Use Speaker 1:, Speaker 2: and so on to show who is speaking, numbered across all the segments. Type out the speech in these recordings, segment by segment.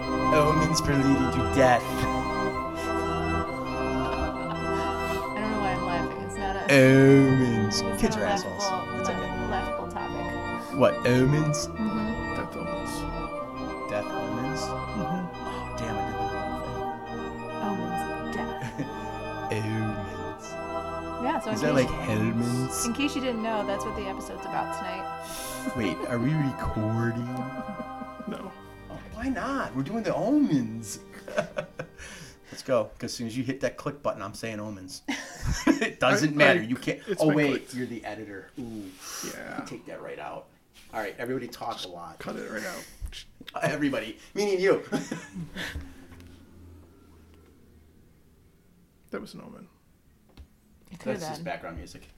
Speaker 1: omens for leading to death.
Speaker 2: I don't know why I'm laughing. It's not a.
Speaker 1: Omens.
Speaker 2: it's
Speaker 1: Eh, Kids
Speaker 2: not
Speaker 1: are
Speaker 2: a
Speaker 1: assholes.
Speaker 2: laughable-
Speaker 1: It's okay.
Speaker 2: laugh- laughable topic.
Speaker 1: What, omens?
Speaker 2: Mhm.
Speaker 3: Death omens.
Speaker 1: Death omens? Oh, damn, I did the wrong
Speaker 2: Omens of Oh, death.
Speaker 1: thing. Omens.
Speaker 2: Yeah. So in
Speaker 1: Is
Speaker 2: case,
Speaker 1: that like helmets?
Speaker 2: in case you didn't know, that's what the episode's about tonight.
Speaker 1: Wait, are we recording? Oh,
Speaker 3: No.
Speaker 1: Why not? We're doing the omens. Let's go. Because as soon as you hit that click button, I'm saying omens. it doesn't
Speaker 3: I-
Speaker 1: matter. You can't.
Speaker 3: it's
Speaker 1: Oh
Speaker 3: been
Speaker 1: wait,
Speaker 3: clicked.
Speaker 1: you're the editor. Ooh,
Speaker 3: Yeah.
Speaker 1: take that right out. All right, everybody talk a lot.
Speaker 3: Cut it right out.
Speaker 1: Everybody, meaning you.
Speaker 3: That was an omen.
Speaker 2: It could
Speaker 1: That's
Speaker 2: have
Speaker 1: just
Speaker 2: been.
Speaker 1: background music.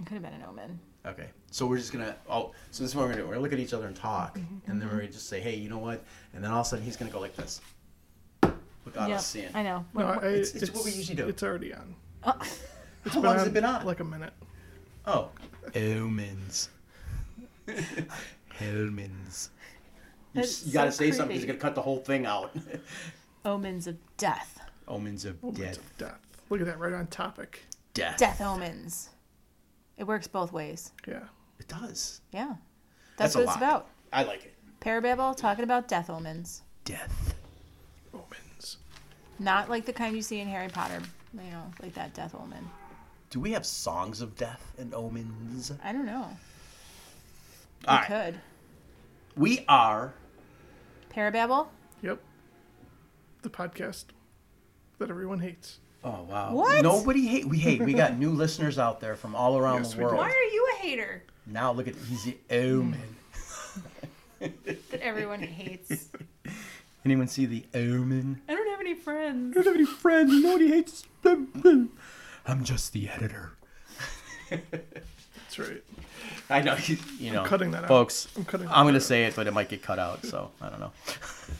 Speaker 2: It could have been an omen.
Speaker 1: Okay. So we're just gonna oh so this is what we're gonna do. We're gonna look at each other and talk.
Speaker 2: Mm-hmm,
Speaker 1: And then we're gonna just say, Hey, you know what? And then all of a sudden he's gonna go like this. Without
Speaker 2: yeah.
Speaker 1: us seeing.
Speaker 2: I know.
Speaker 3: No, I,
Speaker 1: it's- it's what we usually do.
Speaker 3: It's already on.
Speaker 2: Oh,
Speaker 1: How long has it been on?
Speaker 3: Like a minute.
Speaker 1: oh. Omens. Helmins. You,
Speaker 2: That's
Speaker 1: s- you gotta
Speaker 2: so
Speaker 1: say something because you're
Speaker 2: creepy.
Speaker 1: gonna cut the whole thing out.
Speaker 2: omens of death.
Speaker 1: Omens of
Speaker 3: Omens
Speaker 1: death.
Speaker 3: of Oh, death. Look at that, right on topic.
Speaker 1: death.
Speaker 2: Death omens. It works both ways.
Speaker 3: Yeah.
Speaker 1: It does.
Speaker 2: Yeah. That's,
Speaker 1: a
Speaker 2: what it's
Speaker 1: lot.
Speaker 2: about.
Speaker 1: I like it.
Speaker 2: Parababble talking about death omens.
Speaker 1: Death.
Speaker 3: Omens.
Speaker 2: Not like the kind you see in Harry Potter, you know, like that death omen.
Speaker 1: Do we have songs of death and omens?
Speaker 2: I don't know.
Speaker 1: All
Speaker 2: We
Speaker 1: right.
Speaker 2: could.
Speaker 1: We are
Speaker 2: Parababble?
Speaker 3: Yep. The podcast that everyone hates.
Speaker 1: Oh wow!
Speaker 2: What?
Speaker 1: Nobody hate. We hate. We got new listeners out there from all around
Speaker 3: Yes,
Speaker 1: the
Speaker 3: we
Speaker 1: world.
Speaker 3: do.
Speaker 2: Why are you a hater
Speaker 1: Now look at he's the omen.
Speaker 2: that everyone hates?
Speaker 1: Anyone see the omen?
Speaker 2: I don't have any friends.
Speaker 1: don't have any friends. Nobody hates. I'm just the editor.
Speaker 3: That's right.
Speaker 1: I know. You, you know,
Speaker 3: cutting that out.
Speaker 1: folks.
Speaker 3: I'm cutting
Speaker 1: I'm
Speaker 3: that
Speaker 1: gonna
Speaker 3: out.
Speaker 1: say it, but it might get cut out. So I don't know.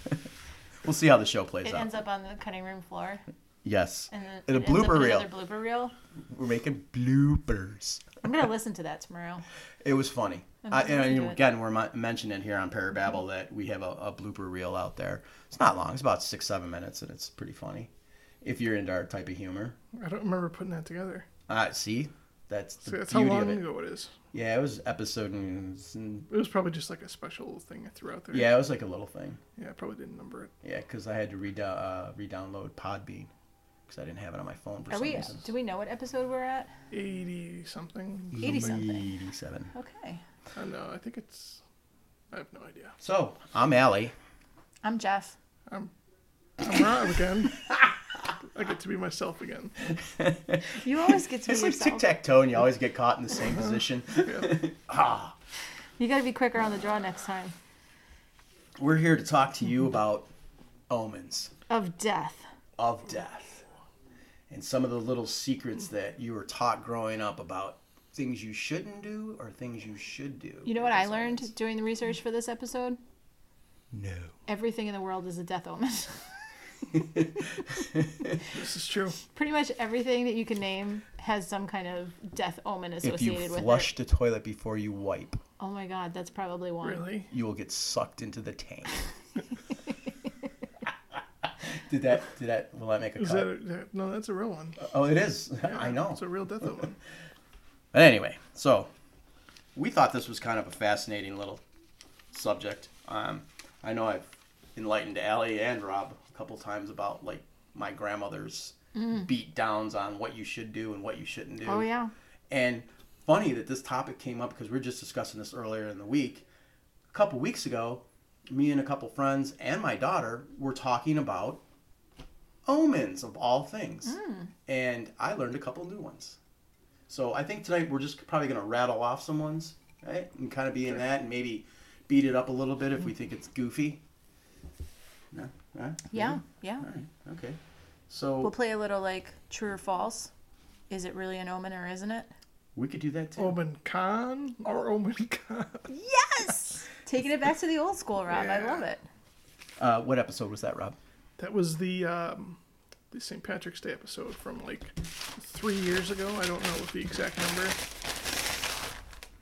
Speaker 1: we'll see how the show plays
Speaker 2: It
Speaker 1: out.
Speaker 2: ends up on the cutting room floor.
Speaker 1: yes.
Speaker 2: And then
Speaker 1: In a
Speaker 2: it ends up
Speaker 1: blooper
Speaker 2: in
Speaker 1: reel.
Speaker 2: Another blooper reel.
Speaker 1: We're making bloopers.
Speaker 2: I'm going to listen to that tomorrow.
Speaker 1: It was funny.
Speaker 2: I'm
Speaker 1: I,
Speaker 2: just gonna do
Speaker 1: and
Speaker 2: it.
Speaker 1: again, we're mon- mentioning here on Parababble that we have a, a blooper reel out there. It's not long; it's about six, seven minutes, and it's pretty funny. If you're into our type of humor,
Speaker 3: I don't remember putting that together.
Speaker 1: uh, see, that's the
Speaker 3: So that's how
Speaker 1: beauty of
Speaker 3: long
Speaker 1: it.
Speaker 3: ago it is.
Speaker 1: Yeah, it was episode. mm,
Speaker 3: It was probably just like a special thing I threw out there.
Speaker 1: Yeah, it was like a little thing.
Speaker 3: Yeah, I probably didn't number it.
Speaker 1: Yeah, because I had to re uh, re-download Podbean because I didn't have it on my phone for
Speaker 2: Are
Speaker 1: some
Speaker 2: we?
Speaker 1: reason.
Speaker 2: Do we know what episode we're at?
Speaker 3: 80 something.
Speaker 2: 80 something.
Speaker 1: Eighty-seven.
Speaker 2: Okay.
Speaker 3: I don't know. I think it's. I have no idea.
Speaker 1: So I'm Allie.
Speaker 2: I'm Jeff.
Speaker 3: I'm. I'm Rob again. I get to be myself again.
Speaker 2: You always get to be
Speaker 1: It's like
Speaker 2: yourself.
Speaker 1: tic-tac-toe, and you always get caught in the same position.
Speaker 3: Yeah.
Speaker 1: ah.
Speaker 2: You got to be quicker on the draw next time.
Speaker 1: We're here to talk to you about omens
Speaker 2: Of death.
Speaker 1: of death and some of the little secrets
Speaker 2: Hmm.
Speaker 1: that you were taught growing up about things you shouldn't do or things you should do.
Speaker 2: You know what I learned doing the research for this episode?
Speaker 1: No.
Speaker 2: Everything in the world is a death omen.
Speaker 3: This is true.
Speaker 2: Pretty much everything that you can name has some kind of death omen
Speaker 1: If you
Speaker 2: associated with
Speaker 1: flush the toilet before you wipe,
Speaker 2: it. Oh my god, that's probably one.
Speaker 3: Really?
Speaker 1: you will get sucked into the tank. did that? Did that? Will that make a
Speaker 3: Is
Speaker 1: cut?
Speaker 3: that, a, that- no? That's a real one.
Speaker 1: oh, it is. I know.
Speaker 3: It's a real death one.
Speaker 1: But anyway, so we thought this was kind of a fascinating little subject. Um, I know I've enlightened Allie and Rob a couple times about like my grandmother's beat downs on what you should do and what you shouldn't do.
Speaker 2: Mm. Oh yeah.
Speaker 1: And funny that this topic came up because we were just discussing this earlier in the week. A couple weeks ago, me and a couple friends and my daughter were talking about omens of all things.
Speaker 2: Hmm.
Speaker 1: And I learned a couple new ones. So I think tonight we're just probably going to rattle off some ones, right? And kind of be in that and maybe beat it up a little bit if
Speaker 2: Mm.
Speaker 1: we think it's goofy. No? Huh?
Speaker 2: Yeah. Yeah.
Speaker 1: All right. Okay. So
Speaker 2: We'll play a little like true or false. Is it really an omen or isn't it?
Speaker 1: we could do that too.
Speaker 3: Omen Khan or Omen Khan?
Speaker 2: Yes. Taking it back to the old school, Rob. I
Speaker 3: Yeah.
Speaker 2: love it.
Speaker 1: Uh, what episode was that, Rob?
Speaker 3: That was the um, the St. Patrick's Day episode from like three years ago. I don't know what the exact number.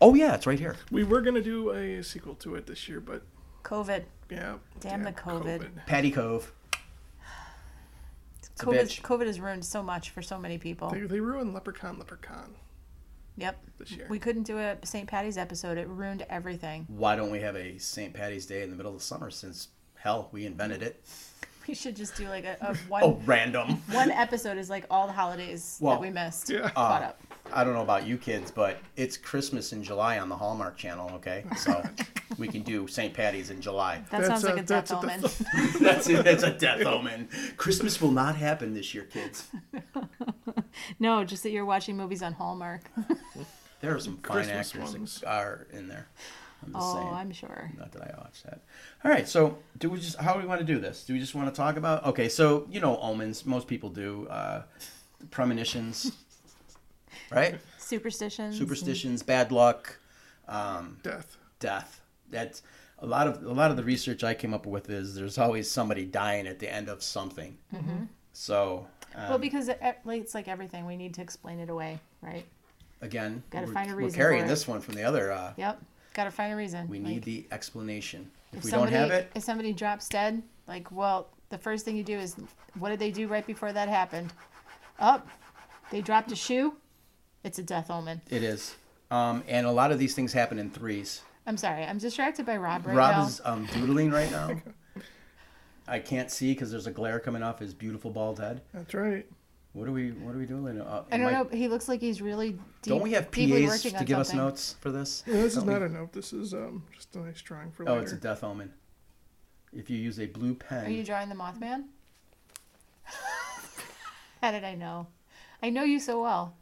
Speaker 1: Oh, yeah, it's right here.
Speaker 3: We were gonna do a sequel to it this year, but
Speaker 2: COVID.
Speaker 3: Yeah.
Speaker 2: Damn
Speaker 3: yeah,
Speaker 2: the COVID.
Speaker 1: Patty Cove. a
Speaker 2: COVID.
Speaker 1: bitch.
Speaker 2: COVID has ruined so much for so many people.
Speaker 3: They, they ruined Leprechaun Leprechaun
Speaker 2: Yep.
Speaker 3: this year.
Speaker 2: We couldn't do a St. Patty's episode. It ruined everything.
Speaker 1: Why don't we have a St. Patty's Day in the middle of summer since hell, we invented it?
Speaker 2: We should just do like a, a one
Speaker 1: Oh, random.
Speaker 2: one episode is like all the holidays
Speaker 1: Well,
Speaker 2: that we missed.
Speaker 3: yeah.
Speaker 2: Caught up.
Speaker 1: I don't know about you kids, but it's Christmas in July on the Hallmark Channel, okay? So we can do St. Patty's in July.
Speaker 2: That
Speaker 3: that's
Speaker 2: sounds
Speaker 3: a-
Speaker 2: like a
Speaker 3: that's
Speaker 2: death
Speaker 3: a
Speaker 2: omen.
Speaker 3: death
Speaker 1: That's it. That's a death omen. Christmas will not happen this year, kids.
Speaker 2: no, just that you're watching movies on Hallmark.
Speaker 1: There are some fine
Speaker 3: Christmas
Speaker 1: actors
Speaker 3: ones.
Speaker 1: that are in there. I'm just
Speaker 2: Oh,
Speaker 1: saying.
Speaker 2: I'm sure.
Speaker 1: Not that I watched that. All right, so do we just how do we want to do this? Do we just want to talk about okay? So you know omens, most people do uh, premonitions, right?
Speaker 2: Superstitions.
Speaker 1: Superstitions, bad luck, um,
Speaker 3: Death.
Speaker 1: death. That's a lot of a lot of the research I came up with is there's always somebody dying at the end of something.
Speaker 2: Mm-hmm.
Speaker 1: So um,
Speaker 2: well, because it, it- like, it's like everything, we need to explain it away, right?
Speaker 1: again,
Speaker 2: Gotta
Speaker 1: we're,
Speaker 2: find a
Speaker 1: we're
Speaker 2: reason
Speaker 1: carrying
Speaker 2: for it.
Speaker 1: this one from the other. Uh,
Speaker 2: Yep. Got to find a reason.
Speaker 1: We
Speaker 2: Like,
Speaker 1: need the explanation. If, we
Speaker 2: somebody,
Speaker 1: don't have it,
Speaker 2: If somebody drops dead, like, well, the first thing you do is, what did they do right before that happened? Up, they dropped a shoe. It's a death omen.
Speaker 1: it is. Um, and a lot of these things happen in threes.
Speaker 2: I'm sorry. I'm distracted by Rob right
Speaker 1: Rob
Speaker 2: now.
Speaker 1: is um, doodling right now. I can't see because there's a glare coming off his beautiful bald head.
Speaker 3: That's right.
Speaker 1: What are we? What are we doing? Uh,
Speaker 2: I don't
Speaker 1: Mike,
Speaker 2: know. but He looks like he's really deep,
Speaker 1: Don't we have
Speaker 2: deeply
Speaker 1: PAs to
Speaker 2: working
Speaker 1: give
Speaker 2: on
Speaker 1: us
Speaker 2: something.
Speaker 1: notes for this?
Speaker 3: Yeah, this is
Speaker 1: Don't we-
Speaker 3: not a note. This is um just a nice drawing for later.
Speaker 1: Oh, it's a death omen. If you use a blue pen,
Speaker 2: Are you drawing the Mothman? How did I know? I know you so well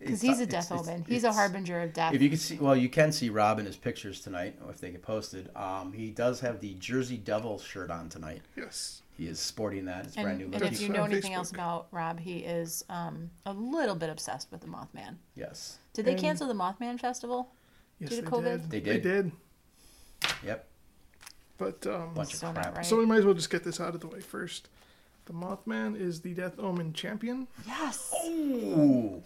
Speaker 2: because
Speaker 1: it's- uh,
Speaker 2: he's a
Speaker 1: it's-
Speaker 2: death
Speaker 1: it's-
Speaker 2: omen. He's a
Speaker 1: it's-
Speaker 2: harbinger of death.
Speaker 1: If you can see, well, you can see Rob in his pictures tonight, if they get posted. Um, he does have the Jersey Devil shirt on tonight.
Speaker 3: Yes.
Speaker 1: He is sporting that. It's brand
Speaker 2: and,
Speaker 1: new.
Speaker 2: and
Speaker 1: looking.
Speaker 2: if you
Speaker 3: It's
Speaker 2: know
Speaker 3: on
Speaker 2: anything
Speaker 3: Facebook.
Speaker 2: else about Rob, he is um, a little bit obsessed with the Mothman.
Speaker 1: Yes.
Speaker 2: Did they
Speaker 3: And-
Speaker 2: cancel the Mothman Festival?
Speaker 3: Yes,
Speaker 2: Due to
Speaker 3: they
Speaker 2: COVID?
Speaker 3: did.
Speaker 1: They
Speaker 3: They
Speaker 1: did.
Speaker 3: did.
Speaker 1: Yep.
Speaker 3: But um
Speaker 1: Bunch
Speaker 2: Still
Speaker 1: of
Speaker 2: not
Speaker 1: crap.
Speaker 2: right.
Speaker 3: so we might as well just get this out of the way first. The Mothman is the Death Omen champion.
Speaker 2: Yes.
Speaker 3: Oh.
Speaker 1: Ooh.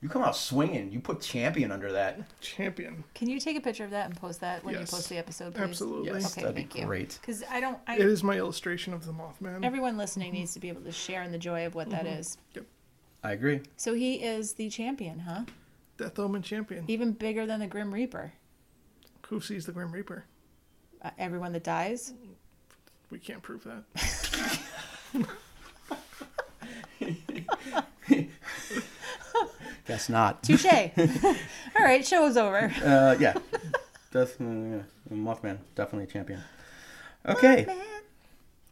Speaker 1: You come out swinging. You put champion under that.
Speaker 3: Champion.
Speaker 2: Can you take a picture of that and post that when
Speaker 3: Yes.
Speaker 2: you post the episode, please?
Speaker 3: Absolutely.
Speaker 1: Yes,
Speaker 2: Okay,
Speaker 1: that'd be
Speaker 2: thank you.
Speaker 1: great.
Speaker 2: Because I don't.
Speaker 3: It
Speaker 2: I,
Speaker 3: is my illustration of the Mothman.
Speaker 2: everyone listening needs to be able to share in the joy of what that
Speaker 3: Mm-hmm.
Speaker 2: is.
Speaker 1: I agree.
Speaker 2: So he is the champion, huh?
Speaker 3: Death Omen champion.
Speaker 2: Even bigger than the Grim Reaper.
Speaker 3: Who sees the Grim Reaper?
Speaker 2: Uh, everyone that dies.
Speaker 3: We can't prove that.
Speaker 1: Guess not.
Speaker 2: Touche. All right, show is over.
Speaker 1: Uh, yeah. Death, uh, yeah. Mothman, definitely champion. Okay.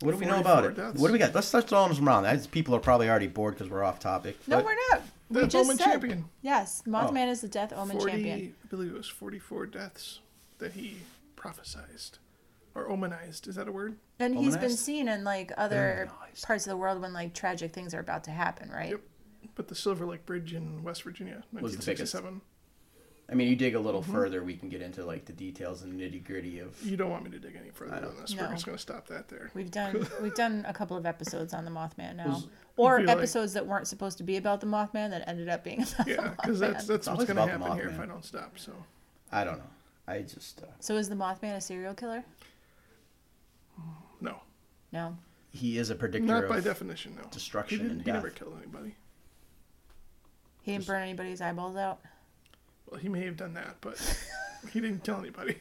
Speaker 1: What do we know about
Speaker 3: 44
Speaker 1: it?
Speaker 3: deaths.
Speaker 1: What do we got? Let's start throwing them around. That's- People are probably already bored because we're off topic.
Speaker 2: No,
Speaker 1: but-
Speaker 2: we're not. We
Speaker 3: Death
Speaker 2: just
Speaker 3: Omen
Speaker 2: said-
Speaker 3: champion. Oh.
Speaker 2: Yes, Mothman is the Death Omen
Speaker 3: 40,
Speaker 2: champion.
Speaker 3: I believe it was 44 deaths that he prophesized or omenized. Is that a word?
Speaker 2: And he's been
Speaker 1: Omenized?
Speaker 2: seen in like other
Speaker 1: Omenized.
Speaker 2: parts of the world when like tragic things are about to happen, right?
Speaker 3: Yep. But the Silver Lake Bridge in West Virginia,
Speaker 1: Was the biggest.
Speaker 3: 1967.
Speaker 1: I mean, you dig a
Speaker 2: Mm-hmm.
Speaker 1: little further, we can get into like the details and nitty gritty of.
Speaker 3: You don't want me to dig any further than this. We're
Speaker 2: No.
Speaker 3: just going to stop that there.
Speaker 2: We've done we've done a couple of episodes on the Mothman now,
Speaker 1: Was-
Speaker 2: or
Speaker 3: Be like-
Speaker 2: episodes that weren't supposed to be about the Mothman that ended up being about
Speaker 3: Yeah,
Speaker 2: the Mothman.
Speaker 3: because that's that's what's
Speaker 1: always
Speaker 3: going to
Speaker 1: about the
Speaker 3: happen here if
Speaker 1: Mothman.
Speaker 3: I don't stop. So
Speaker 1: I don't know. I just. Uh,
Speaker 2: So is the Mothman a serial killer?
Speaker 3: no,
Speaker 2: No.
Speaker 1: he is a predictor.
Speaker 3: not
Speaker 1: of,
Speaker 3: by definition. No,
Speaker 1: destruction
Speaker 3: He, didn't,
Speaker 1: and
Speaker 3: he never
Speaker 1: death.
Speaker 3: killed anybody.
Speaker 2: He didn't burn anybody's eyeballs out.
Speaker 3: Well, he may have done that, but he didn't kill anybody.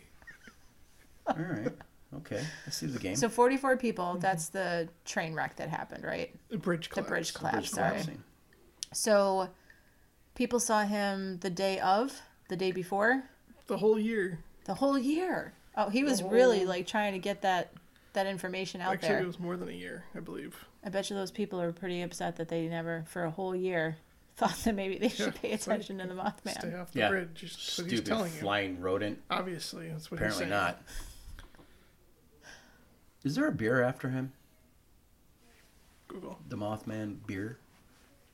Speaker 1: All right. Okay. I see the game.
Speaker 2: So 44 people, that's the train wreck that happened, right?
Speaker 3: The bridge Mm-hmm. collapse.
Speaker 2: The bridge collapse,
Speaker 1: Bridge
Speaker 2: sorry.
Speaker 1: collapsing.
Speaker 2: So people saw him the day of, the day before,
Speaker 3: The whole year.
Speaker 2: the whole year. Oh, he was really like trying to get that that information out
Speaker 3: Actually,
Speaker 2: there.
Speaker 3: it was more than a year, I believe.
Speaker 2: I bet you those people are pretty upset that they never for a whole year thought that maybe they should
Speaker 3: Yeah,
Speaker 2: pay
Speaker 3: it's like,
Speaker 2: attention to the
Speaker 3: Stay
Speaker 2: Mothman.
Speaker 3: off the
Speaker 1: Yeah.
Speaker 3: bridge. Just what he's
Speaker 1: Stupid
Speaker 3: telling you.
Speaker 1: flying rodent.
Speaker 3: Obviously, that's what
Speaker 1: Apparently
Speaker 3: he's saying.
Speaker 1: not. Is there a beer after him?
Speaker 3: Google.
Speaker 1: The Mothman beer?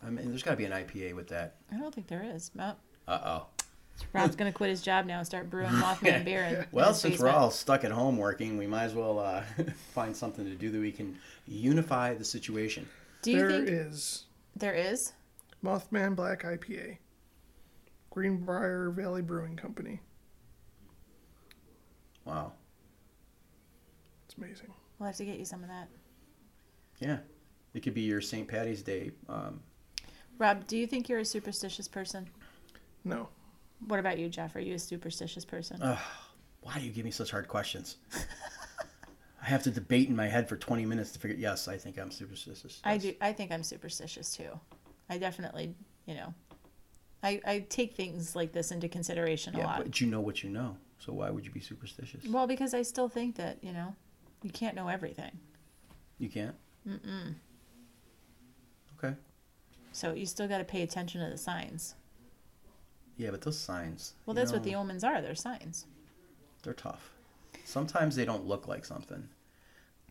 Speaker 1: I mean, there's got to be an IPA with that.
Speaker 2: I don't think there is. Well,
Speaker 1: Uh oh.
Speaker 2: Rob's gonna quit his job now and start brewing Mothman beer. In
Speaker 1: Well,
Speaker 2: his
Speaker 1: since we're
Speaker 2: basement.
Speaker 1: all stuck at home working, we might as well uh, find something to do that we can unify the situation.
Speaker 2: do you
Speaker 3: There is
Speaker 2: think there is?
Speaker 3: Mothman Black IPA, Greenbrier Valley Brewing Company.
Speaker 1: Wow.
Speaker 3: It's amazing.
Speaker 2: We'll have to get you some of that.
Speaker 1: Yeah. It could be your St. Patty's Day. Um,
Speaker 2: Rob, do you think you're a superstitious person?
Speaker 3: No.
Speaker 2: What about you, Jeff? Are you a superstitious person?
Speaker 1: why do you give me such hard questions? I have to debate in my head for 20 minutes to figure. Yes, I think I'm superstitious.
Speaker 2: I
Speaker 1: Yes.
Speaker 2: do. I think I'm superstitious too. I definitely, you know, I I take things like this into consideration a
Speaker 1: Yeah,
Speaker 2: lot.
Speaker 1: but you know what you know, so why would you be superstitious?
Speaker 2: Well, because I still think that you know, you can't know everything.
Speaker 1: You can't. Mm-mm. Okay.
Speaker 2: So you still got to pay attention to the signs.
Speaker 1: Yeah, but those signs.
Speaker 2: Well,
Speaker 1: you
Speaker 2: that's what
Speaker 1: know,
Speaker 2: the omens are. They're signs.
Speaker 1: They're tough. Sometimes they don't look like something.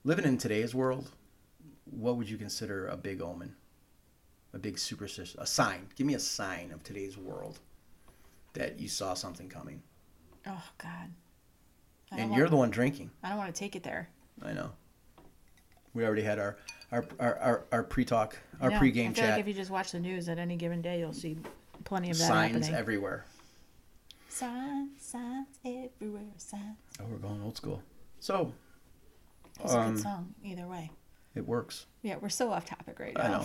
Speaker 1: Living in today's world, what would you consider a big omen? A big superstition? A sign? Give me a sign of today's world that you saw something coming,
Speaker 2: Oh God. I don't
Speaker 1: and
Speaker 2: want-
Speaker 1: you're the one drinking.
Speaker 2: I don't want to take it there.
Speaker 1: I know. We already had our our our our, our pre-talk,
Speaker 2: I
Speaker 1: our
Speaker 2: know.
Speaker 1: pre-game
Speaker 2: I feel
Speaker 1: chat.
Speaker 2: Like if you just watch the news at any given day, you'll see plenty of that
Speaker 1: signs
Speaker 2: happening.
Speaker 1: everywhere.
Speaker 2: signs, signs everywhere. Signs.
Speaker 1: Oh, we're going old school. So
Speaker 2: It's a
Speaker 1: Um,
Speaker 2: good song either way.
Speaker 1: it works.
Speaker 2: Yeah, we're so off topic right now.
Speaker 1: I know.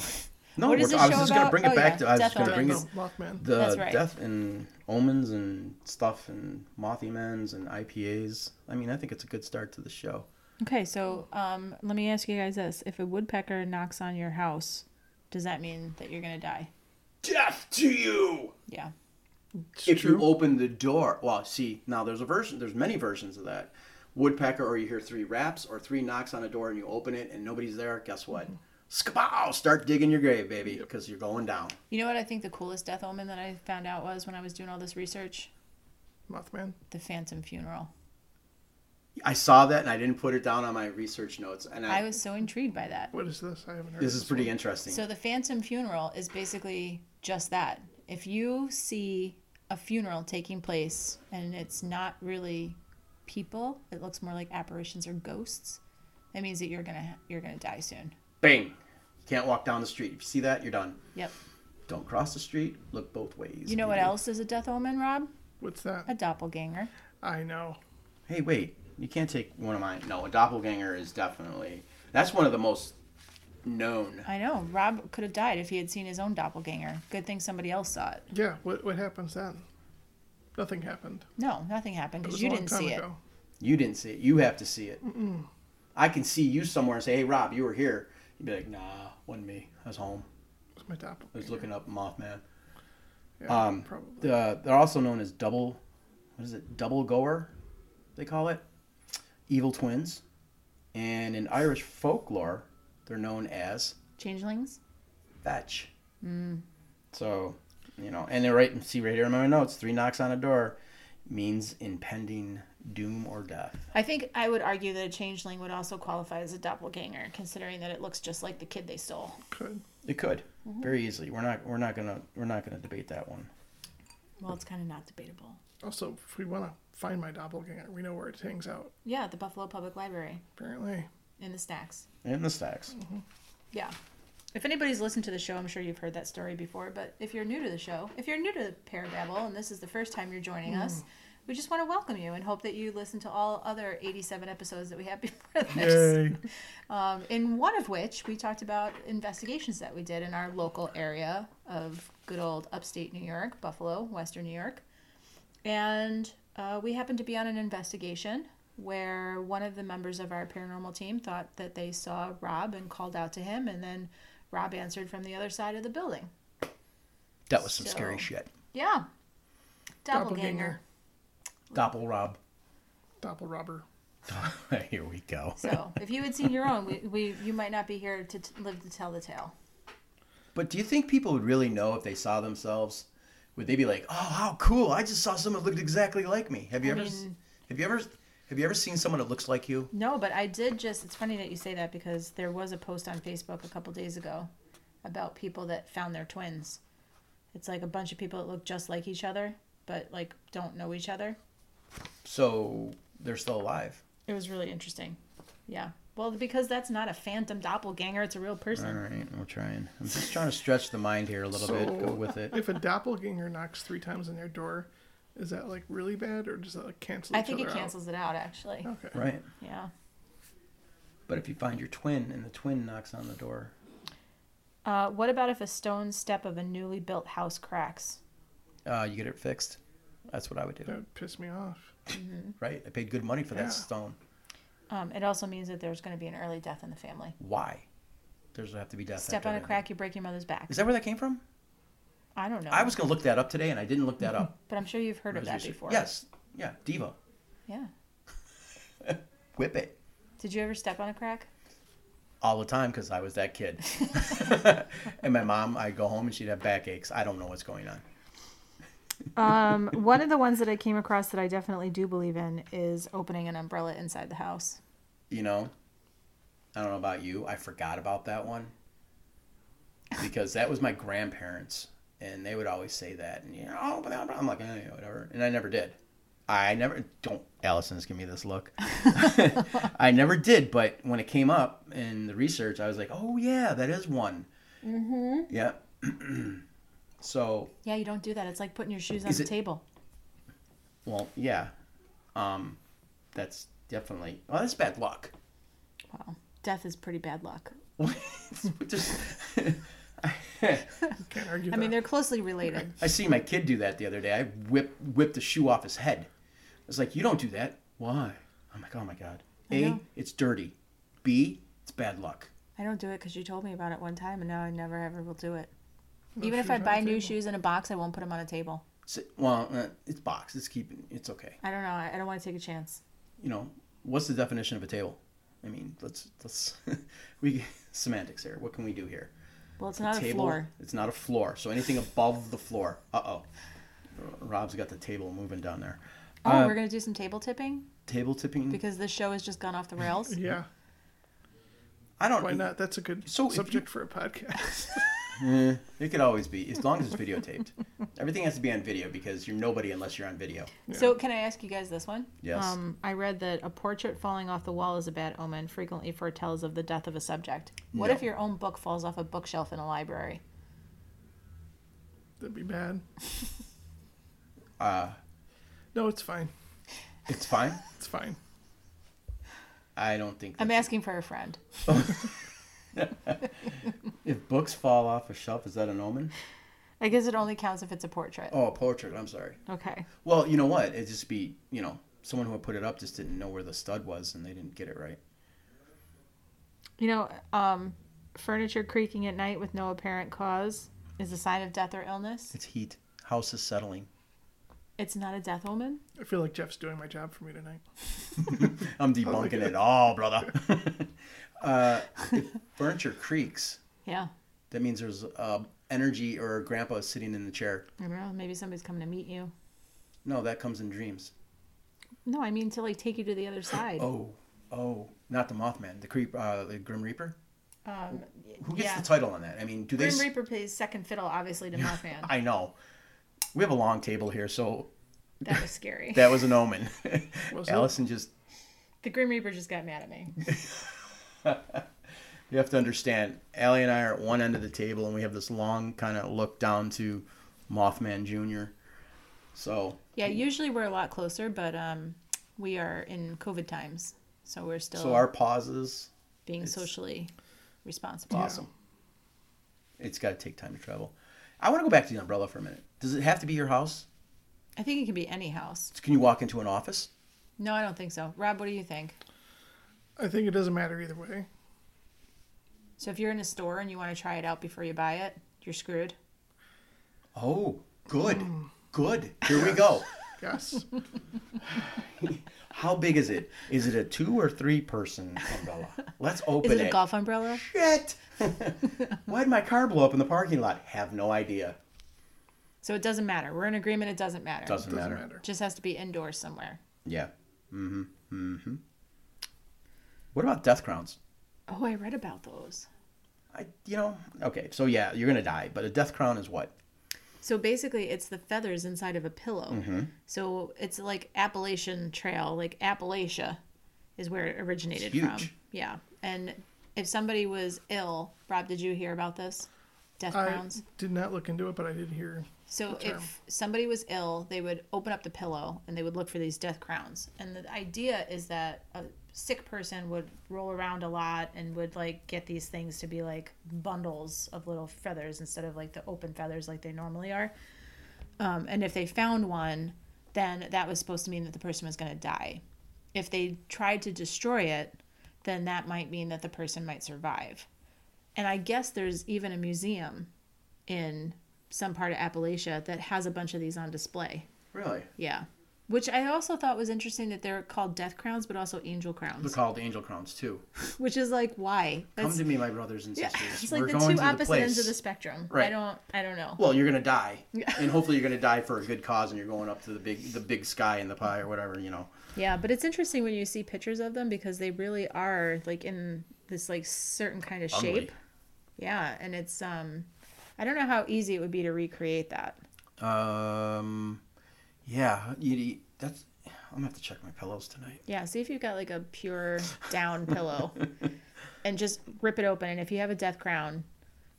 Speaker 1: No,
Speaker 2: What
Speaker 1: we're,
Speaker 2: is this
Speaker 1: I was
Speaker 2: show
Speaker 1: just gonna
Speaker 2: about?
Speaker 1: bring it
Speaker 2: Oh,
Speaker 1: back
Speaker 2: yeah,
Speaker 1: to. I was
Speaker 2: Death
Speaker 1: just gonna
Speaker 2: on
Speaker 1: bring
Speaker 2: the
Speaker 1: it
Speaker 2: Lock.
Speaker 3: no, Mothman.
Speaker 1: the
Speaker 2: That's right.
Speaker 1: death and omens and stuff and mothemens and IPAs. I mean, I think it's a good start to the show.
Speaker 2: Okay, so um, let me ask you guys this: If a woodpecker knocks on your house, does that mean that you're gonna die?
Speaker 1: Death to you!
Speaker 2: Yeah.
Speaker 3: It's
Speaker 1: If
Speaker 3: true.
Speaker 1: you open the door, well, see, now there's a version, there's many versions of that. Woodpecker, or you hear three raps or three knocks on a door and you open it and nobody's there, guess what? Skabow! Start digging your grave, baby, because you're going down.
Speaker 2: You know what I think the coolest death omen that I found out was when I was doing all this research?
Speaker 3: Mothman.
Speaker 2: The phantom funeral.
Speaker 1: I saw that and I didn't put it down on my research notes. And I,
Speaker 2: I was so intrigued by that.
Speaker 3: What is this? I haven't heard.
Speaker 1: this is pretty interesting.
Speaker 2: So the phantom funeral is basically just that. If you see a funeral taking place and it's not really people, it looks more like apparitions or ghosts. That means that you're gonna you're gonna die soon.
Speaker 1: Bang! You can't walk down the street. If you see that, you're done.
Speaker 2: Yep.
Speaker 1: Don't cross the street. Look both ways.
Speaker 2: You know what
Speaker 1: Ooh.
Speaker 2: else is a death omen, Rob?
Speaker 3: What's
Speaker 2: A
Speaker 3: that?
Speaker 2: doppelganger.
Speaker 3: I know.
Speaker 1: Hey, wait. You can't take one of mine. No, a doppelganger is definitely. That's one of the most known.
Speaker 2: I know. Rob could have died if he had seen his own doppelganger. Good thing somebody else saw it.
Speaker 3: Yeah. What What happens then? Nothing happened.
Speaker 2: No, nothing happened
Speaker 3: It
Speaker 2: because
Speaker 3: was
Speaker 2: you
Speaker 3: a long
Speaker 2: didn't
Speaker 3: time
Speaker 2: see
Speaker 3: ago.
Speaker 1: You didn't see it. You have to see it. I can see you somewhere and say, hey, Rob, you were here. You'd be like, nah, wasn't me. I was home.
Speaker 3: It was my
Speaker 1: I was
Speaker 3: doppelganger.
Speaker 1: looking up Mothman.
Speaker 3: Yeah,
Speaker 1: um,
Speaker 3: probably.
Speaker 1: The, they're also known as double, what is it? Double goer, they call it. Evil twins. And in Irish folklore, they're known as
Speaker 2: it. Changelings.
Speaker 1: fetch. So, you know, and they're right. See right here in my notes: three knocks on a door means impending doom or death.
Speaker 2: I think I would argue that a changeling would also qualify as a doppelganger, considering that it looks just like the kid they stole.
Speaker 3: Could.
Speaker 1: It could very easily. We're not. We're not gonna. We're not gonna debate that one.
Speaker 2: Well, it's kind of not debatable.
Speaker 3: Also, if we want to find my doppelganger, we know where it hangs out.
Speaker 2: Yeah, the Buffalo Public Library
Speaker 3: Apparently.
Speaker 2: in the stacks.
Speaker 1: And the stacks.
Speaker 2: Yeah. If anybody's listened to the show, I'm sure you've heard that story before. But if you're new to the show, if you're new to Parababble and this is the first time you're joining us, we just want to welcome you and hope that you listen to all other 87 episodes that we have before this. Um, in one of which we talked about investigations that we did in our local area of good old upstate New York, Buffalo, Western New York. And uh, we happened to be on an investigation where one of the members of our paranormal team thought that they saw Rob and called out to him, and then Rob answered from the other side of the building.
Speaker 1: That was some
Speaker 2: So-
Speaker 1: scary shit.
Speaker 2: Yeah. Doppelganger.
Speaker 3: Doppelganger.
Speaker 1: Doppel Rob.
Speaker 3: Doppel robber.
Speaker 1: here we go.
Speaker 2: so if you had seen your own, we, we you might not be here to t- live to tell the tale.
Speaker 1: But do you think people would really know if they saw themselves? Would they be like, "Oh, how cool! I just saw someone that looked exactly like me." Have you
Speaker 2: I
Speaker 1: ever? s-
Speaker 2: mean-
Speaker 1: Have you ever? Have you ever seen someone that looks like you?
Speaker 2: No, but I did just. It's funny that you say that because there was a post on Facebook a couple days ago about people that found their twins. It's like a bunch of people that look just like each other, but like don't know each other.
Speaker 1: So they're still alive.
Speaker 2: It was really interesting. Yeah. Well, because that's not a phantom doppelganger, it's a real
Speaker 1: All
Speaker 2: person.
Speaker 1: right, we're trying. I'm just trying to stretch the mind here a little bit. Go
Speaker 3: So-
Speaker 1: with it.
Speaker 3: If a doppelganger knocks three times on your door, is that like really bad or does that like cancel?
Speaker 2: I
Speaker 3: each
Speaker 2: think it
Speaker 3: other out?
Speaker 2: cancels it out, actually.
Speaker 3: Okay.
Speaker 1: Right.
Speaker 2: Yeah.
Speaker 1: But if you find your twin and the twin knocks on the door,
Speaker 2: Uh, what about if a stone step of a newly built house cracks?
Speaker 1: uh, you get it fixed. That's what I would do.
Speaker 3: That would piss me off.
Speaker 1: Right? I paid good money for
Speaker 3: Yeah.
Speaker 1: that stone.
Speaker 2: Um, it also means that there's going to be an early death in the family.
Speaker 1: Why? There's gonna have to be death.
Speaker 2: Step
Speaker 1: after
Speaker 2: on a
Speaker 1: that.
Speaker 2: crack, you break your mother's back.
Speaker 1: Is that where that came from?
Speaker 2: I don't know,
Speaker 1: I was gonna look that up today, and I didn't look that up.
Speaker 2: but I'm sure you've heard of that before.
Speaker 1: Yes. Yeah. Diva.
Speaker 2: Yeah.
Speaker 1: Whip it.
Speaker 2: Did you ever step on a crack?
Speaker 1: all the time because I was that kid. and my mom, I'd go home and she'd have backaches. I don't know what's going on.
Speaker 2: Um, one of the ones that I came across that I definitely do believe in is opening an umbrella inside the house.
Speaker 1: You know, I don't know about you. I forgot about that one because that was my grandparents, and they would always say that. And you know, oh, but I'm I'm like, eh, whatever. And I never did. I never don't. Allison's giving me this look. I never did, but when it came up in the research, I was like, oh yeah, that is one. Mm-hmm. Yeah. so
Speaker 2: Yeah, you don't do that. It's like putting your shoes on
Speaker 1: Is
Speaker 2: the
Speaker 1: it-
Speaker 2: table.
Speaker 1: Well, yeah. Um, that's definitely. Well, that's bad luck.
Speaker 2: Wow. Death is pretty bad luck.
Speaker 1: Just,
Speaker 3: Can't
Speaker 2: I
Speaker 3: argue that.
Speaker 2: mean, they're closely related.
Speaker 1: I see my kid do that the other day. I whip whipped the shoe off his head. It's like you don't do that. Why? I'm like, oh my god. A,
Speaker 2: know.
Speaker 1: it's dirty. B, it's bad luck.
Speaker 2: I don't do it because you told me about it one time, and now I never ever will do it.
Speaker 3: No
Speaker 2: Even if
Speaker 3: shoes
Speaker 2: I
Speaker 3: on
Speaker 2: buy
Speaker 3: the
Speaker 2: new
Speaker 3: table.
Speaker 2: shoes in a box, I won't put them on a table.
Speaker 1: S well, uh, it's box. It's keeping. It's okay.
Speaker 2: I don't know. I I don't want to take a chance.
Speaker 1: You know, what's the definition of a table? I mean, let's let's we semantics here. What can we do here?
Speaker 2: Well, it's not a
Speaker 1: table.
Speaker 2: floor.
Speaker 1: It's not a floor. So anything above the floor. Uh oh. Rob's got the table moving down there.
Speaker 2: Oh,
Speaker 1: Uh,
Speaker 2: we're gonna do some table tipping
Speaker 1: Table tipping.
Speaker 2: because this show has just gone off the rails.
Speaker 3: Yeah.
Speaker 1: I don't.
Speaker 3: Why not? That's a good
Speaker 1: So if you-
Speaker 3: subject for a podcast.
Speaker 1: It could always be as long as it's videotaped. Everything has to be on video because you're nobody unless you're on video.
Speaker 2: So, can I ask you guys this one?
Speaker 1: Yes.
Speaker 2: Um, I read that a portrait falling off the wall is a bad omen. Frequently foretells of the death of a subject. What
Speaker 1: No.
Speaker 2: if your own book falls off a bookshelf in a library?
Speaker 3: That'd be bad.
Speaker 1: Uh,
Speaker 3: No, it's fine.
Speaker 1: it's fine.
Speaker 3: It's fine.
Speaker 1: I don't think.
Speaker 2: I'm
Speaker 1: that's-
Speaker 2: asking for a friend.
Speaker 1: if books fall off a shelf, is that an omen?
Speaker 2: I guess it only counts if it's a portrait.
Speaker 1: Oh, a portrait. I'm sorry.
Speaker 2: Okay.
Speaker 1: Well, you know what? It'd just be you know someone who had put it up just didn't know where the stud was and they didn't get it right.
Speaker 2: You know, um, furniture creaking at night with no apparent cause is a sign of death or illness.
Speaker 1: It's heat. House is settling.
Speaker 2: It's not a death omen.
Speaker 3: I feel like Jeff's doing my job for me tonight.
Speaker 1: I'm debunking it all, brother. uh, if furniture creaks.
Speaker 2: Yeah.
Speaker 1: That means there's uh, energy or grandpa is sitting in the chair.
Speaker 2: I don't know. Maybe somebody's coming to meet you.
Speaker 1: No, that comes in dreams.
Speaker 2: No, I mean to like take you to the other side.
Speaker 1: Oh, oh, not the Mothman, the creep, uh, the Grim Reaper.
Speaker 2: Um,
Speaker 1: Who gets
Speaker 2: yeah.
Speaker 1: the title on that? I mean, do they?
Speaker 2: Grim
Speaker 1: s-
Speaker 2: Reaper plays second fiddle, obviously, to Mothman.
Speaker 1: I know. We have a long table here, so
Speaker 2: That was scary.
Speaker 1: that was an omen.
Speaker 3: Was it?
Speaker 1: Allison just
Speaker 2: The Grim Reaper just got mad at me.
Speaker 1: You have to understand, Allie and I are at one end of the table, and we have this long kind of look down to Mothman Jr. So,
Speaker 2: Yeah, usually we're a lot closer, but um, we are in COVID times, so we're still
Speaker 1: so our pauses,
Speaker 2: being socially responsible.
Speaker 1: awesome. It's got to take time to travel. I want to go back to the umbrella for a minute. Does it have to be your house?
Speaker 2: I think it can be any house.
Speaker 1: Can you walk into an office?
Speaker 2: No, I don't think so. Rob, what do you think?
Speaker 3: I think it doesn't matter either way.
Speaker 2: So if you're in a store and you want to try it out before you buy it, you're screwed.
Speaker 1: Oh, good,
Speaker 2: Mm.
Speaker 1: good. Here we go.
Speaker 3: Yes.
Speaker 1: How big is it? Is it a two or three person umbrella? Let's open
Speaker 2: Is it a golf umbrella?
Speaker 1: Shit! Why'd my car blow up in the parking lot? Have no idea.
Speaker 2: So it doesn't matter. We're in agreement. It doesn't matter.
Speaker 1: Doesn't,
Speaker 3: Doesn't
Speaker 1: matter.
Speaker 3: matter.
Speaker 2: Just has to be indoors somewhere.
Speaker 1: Yeah. Mm-hmm. Mm-hmm. What about death crowns?
Speaker 2: Oh, I read about those.
Speaker 1: I, you know, okay, so yeah, you're gonna die, but a death crown is what?
Speaker 2: So basically, it's the feathers inside of a pillow.
Speaker 1: Mm-hmm.
Speaker 2: So it's like Appalachian Trail, like Appalachia is where it originated
Speaker 1: It's
Speaker 2: from.
Speaker 1: huge.
Speaker 2: Yeah. And if somebody was ill, Rob, did you hear about this? Death
Speaker 3: I
Speaker 2: crowns.
Speaker 3: did not look into it, but I did hear.
Speaker 2: So if somebody was ill, they would open up the pillow and they would look for these death crowns. And the idea is that a sick person would roll around a lot and would like get these things to be like bundles of little feathers instead of like the open feathers like they normally are. Um, and if they found one, then that was supposed to mean that the person was going to die. If they tried to destroy it, then that might mean that the person might survive. And I guess there's even a museum in some part of Appalachia that has a bunch of these on display.
Speaker 1: Really?
Speaker 2: Yeah. Which I also thought was interesting that they're called death crowns, but also angel
Speaker 1: They're
Speaker 2: crowns,
Speaker 1: called angel crowns too.
Speaker 2: which is like why?
Speaker 1: Come
Speaker 2: That's-
Speaker 1: to me, my brothers and
Speaker 2: yeah,
Speaker 1: sisters.
Speaker 2: it's like
Speaker 1: We're
Speaker 2: the
Speaker 1: going
Speaker 2: two
Speaker 1: to
Speaker 2: opposite
Speaker 1: place.
Speaker 2: ends of the spectrum. I
Speaker 1: Right.
Speaker 2: don't, I don't know.
Speaker 1: Well, you're gonna die,
Speaker 2: Yeah.
Speaker 1: and hopefully you're gonna die for a good cause, and you're going up to the big the big sky in the pie or whatever you know.
Speaker 2: Yeah, but it's interesting when you see pictures of them because they really are like in this like certain kind of
Speaker 1: Ugly.
Speaker 2: shape. Yeah, and it's um I don't know how easy it would be to recreate that.
Speaker 1: Um, yeah, you- you, that's. I'm gonna have to check my pillows tonight.
Speaker 2: Yeah, see if you've got like a pure down pillow and just rip it open and if you have a death crown,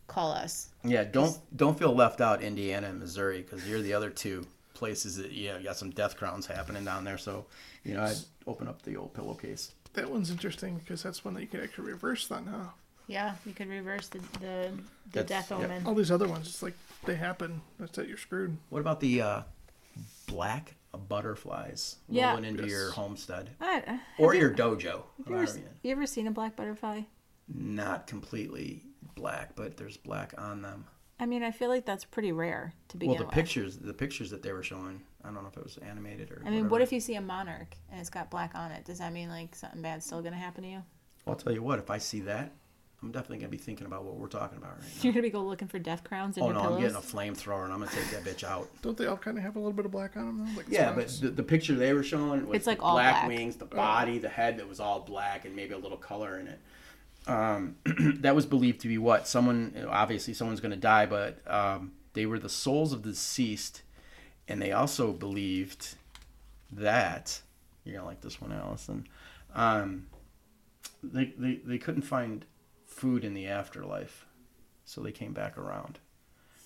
Speaker 2: call us.
Speaker 1: Yeah, don't don't feel left out, Indiana and Missouri, because you're the other two places that yeah got some death crowns happening down there. So, you know, I would open up the old pillowcase.
Speaker 3: That one's interesting because that's one that you can actually reverse then, huh?
Speaker 2: Yeah, you could reverse the the, the
Speaker 1: That's-
Speaker 2: death
Speaker 1: yeah.
Speaker 2: omen.
Speaker 3: All these other ones, it's like they happen. That's it, you're screwed.
Speaker 1: What about the uh, black butterflies
Speaker 2: Yeah.
Speaker 1: rolling into your
Speaker 3: Yes.
Speaker 1: homestead
Speaker 2: I- I-
Speaker 1: or your dojo?
Speaker 2: uh, you, ever,
Speaker 1: however you-
Speaker 2: you ever seen a black butterfly?
Speaker 1: Not completely black, but there's black on them.
Speaker 2: I mean, I feel like that's pretty rare to begin
Speaker 1: well, the
Speaker 2: with.
Speaker 1: pictures the pictures that they were showing. I don't know if it was animated or.
Speaker 2: I mean, what if you see a monarch and it's got black on it? Does that mean like something bad's still gonna happen to you?
Speaker 1: I'll tell you what. If I see that, I'm definitely gonna be thinking about what we're talking about right now.
Speaker 2: You're gonna be go looking for death crowns in
Speaker 1: Oh
Speaker 2: your
Speaker 1: no, I'm
Speaker 2: pillows.
Speaker 1: getting a flamethrower and I'm gonna take that bitch out.
Speaker 3: Don't they all kind of have a little bit of black on them though? Like
Speaker 1: Yeah, but
Speaker 3: spots?
Speaker 1: the, the picture they were showing was
Speaker 2: It's, like,
Speaker 1: the
Speaker 2: all
Speaker 1: black,
Speaker 2: black.
Speaker 1: wings, the body, the head that was all black, and maybe a little color in it. Um, that was believed to be what someone obviously someone's going to die, but um, they were the souls of the deceased, and they also believed that you're gonna like this one, Allison. Um, they, they they couldn't find food in the afterlife, so they came back around.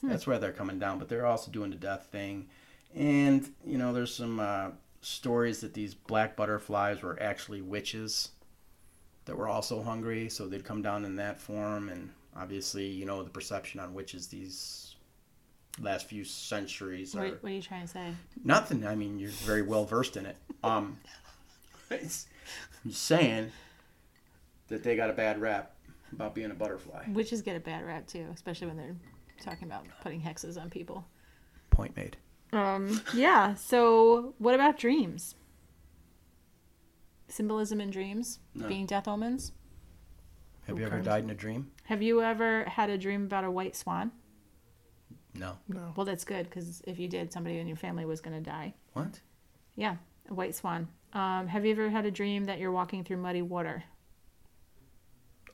Speaker 1: That's why they're coming down, but they're also doing the death thing. And, you know, there's some uh, stories that these black butterflies were actually witches that were also hungry, so they'd come down in that form. And obviously, you know, the perception on witches these last few centuries are
Speaker 2: What, what are you trying to say?
Speaker 1: nothing. I mean, you're very well versed in it. Um, it's, I'm just saying that they got a bad rap about being a butterfly.
Speaker 2: Witches get a bad rap too, especially when they're talking about putting hexes on people.
Speaker 1: Point made.
Speaker 2: Um, yeah. So, what about dreams? Symbolism in dreams
Speaker 1: No.
Speaker 2: being death omens.
Speaker 1: Have you ever
Speaker 3: Okay.
Speaker 1: died in a dream?
Speaker 2: Have you ever had a dream about a white swan?
Speaker 1: No.
Speaker 3: no.
Speaker 2: Well, that's good because if you did, somebody in your family was going to die.
Speaker 1: What?
Speaker 2: Yeah, a white swan. Um, have you ever had a dream that you're walking through muddy water?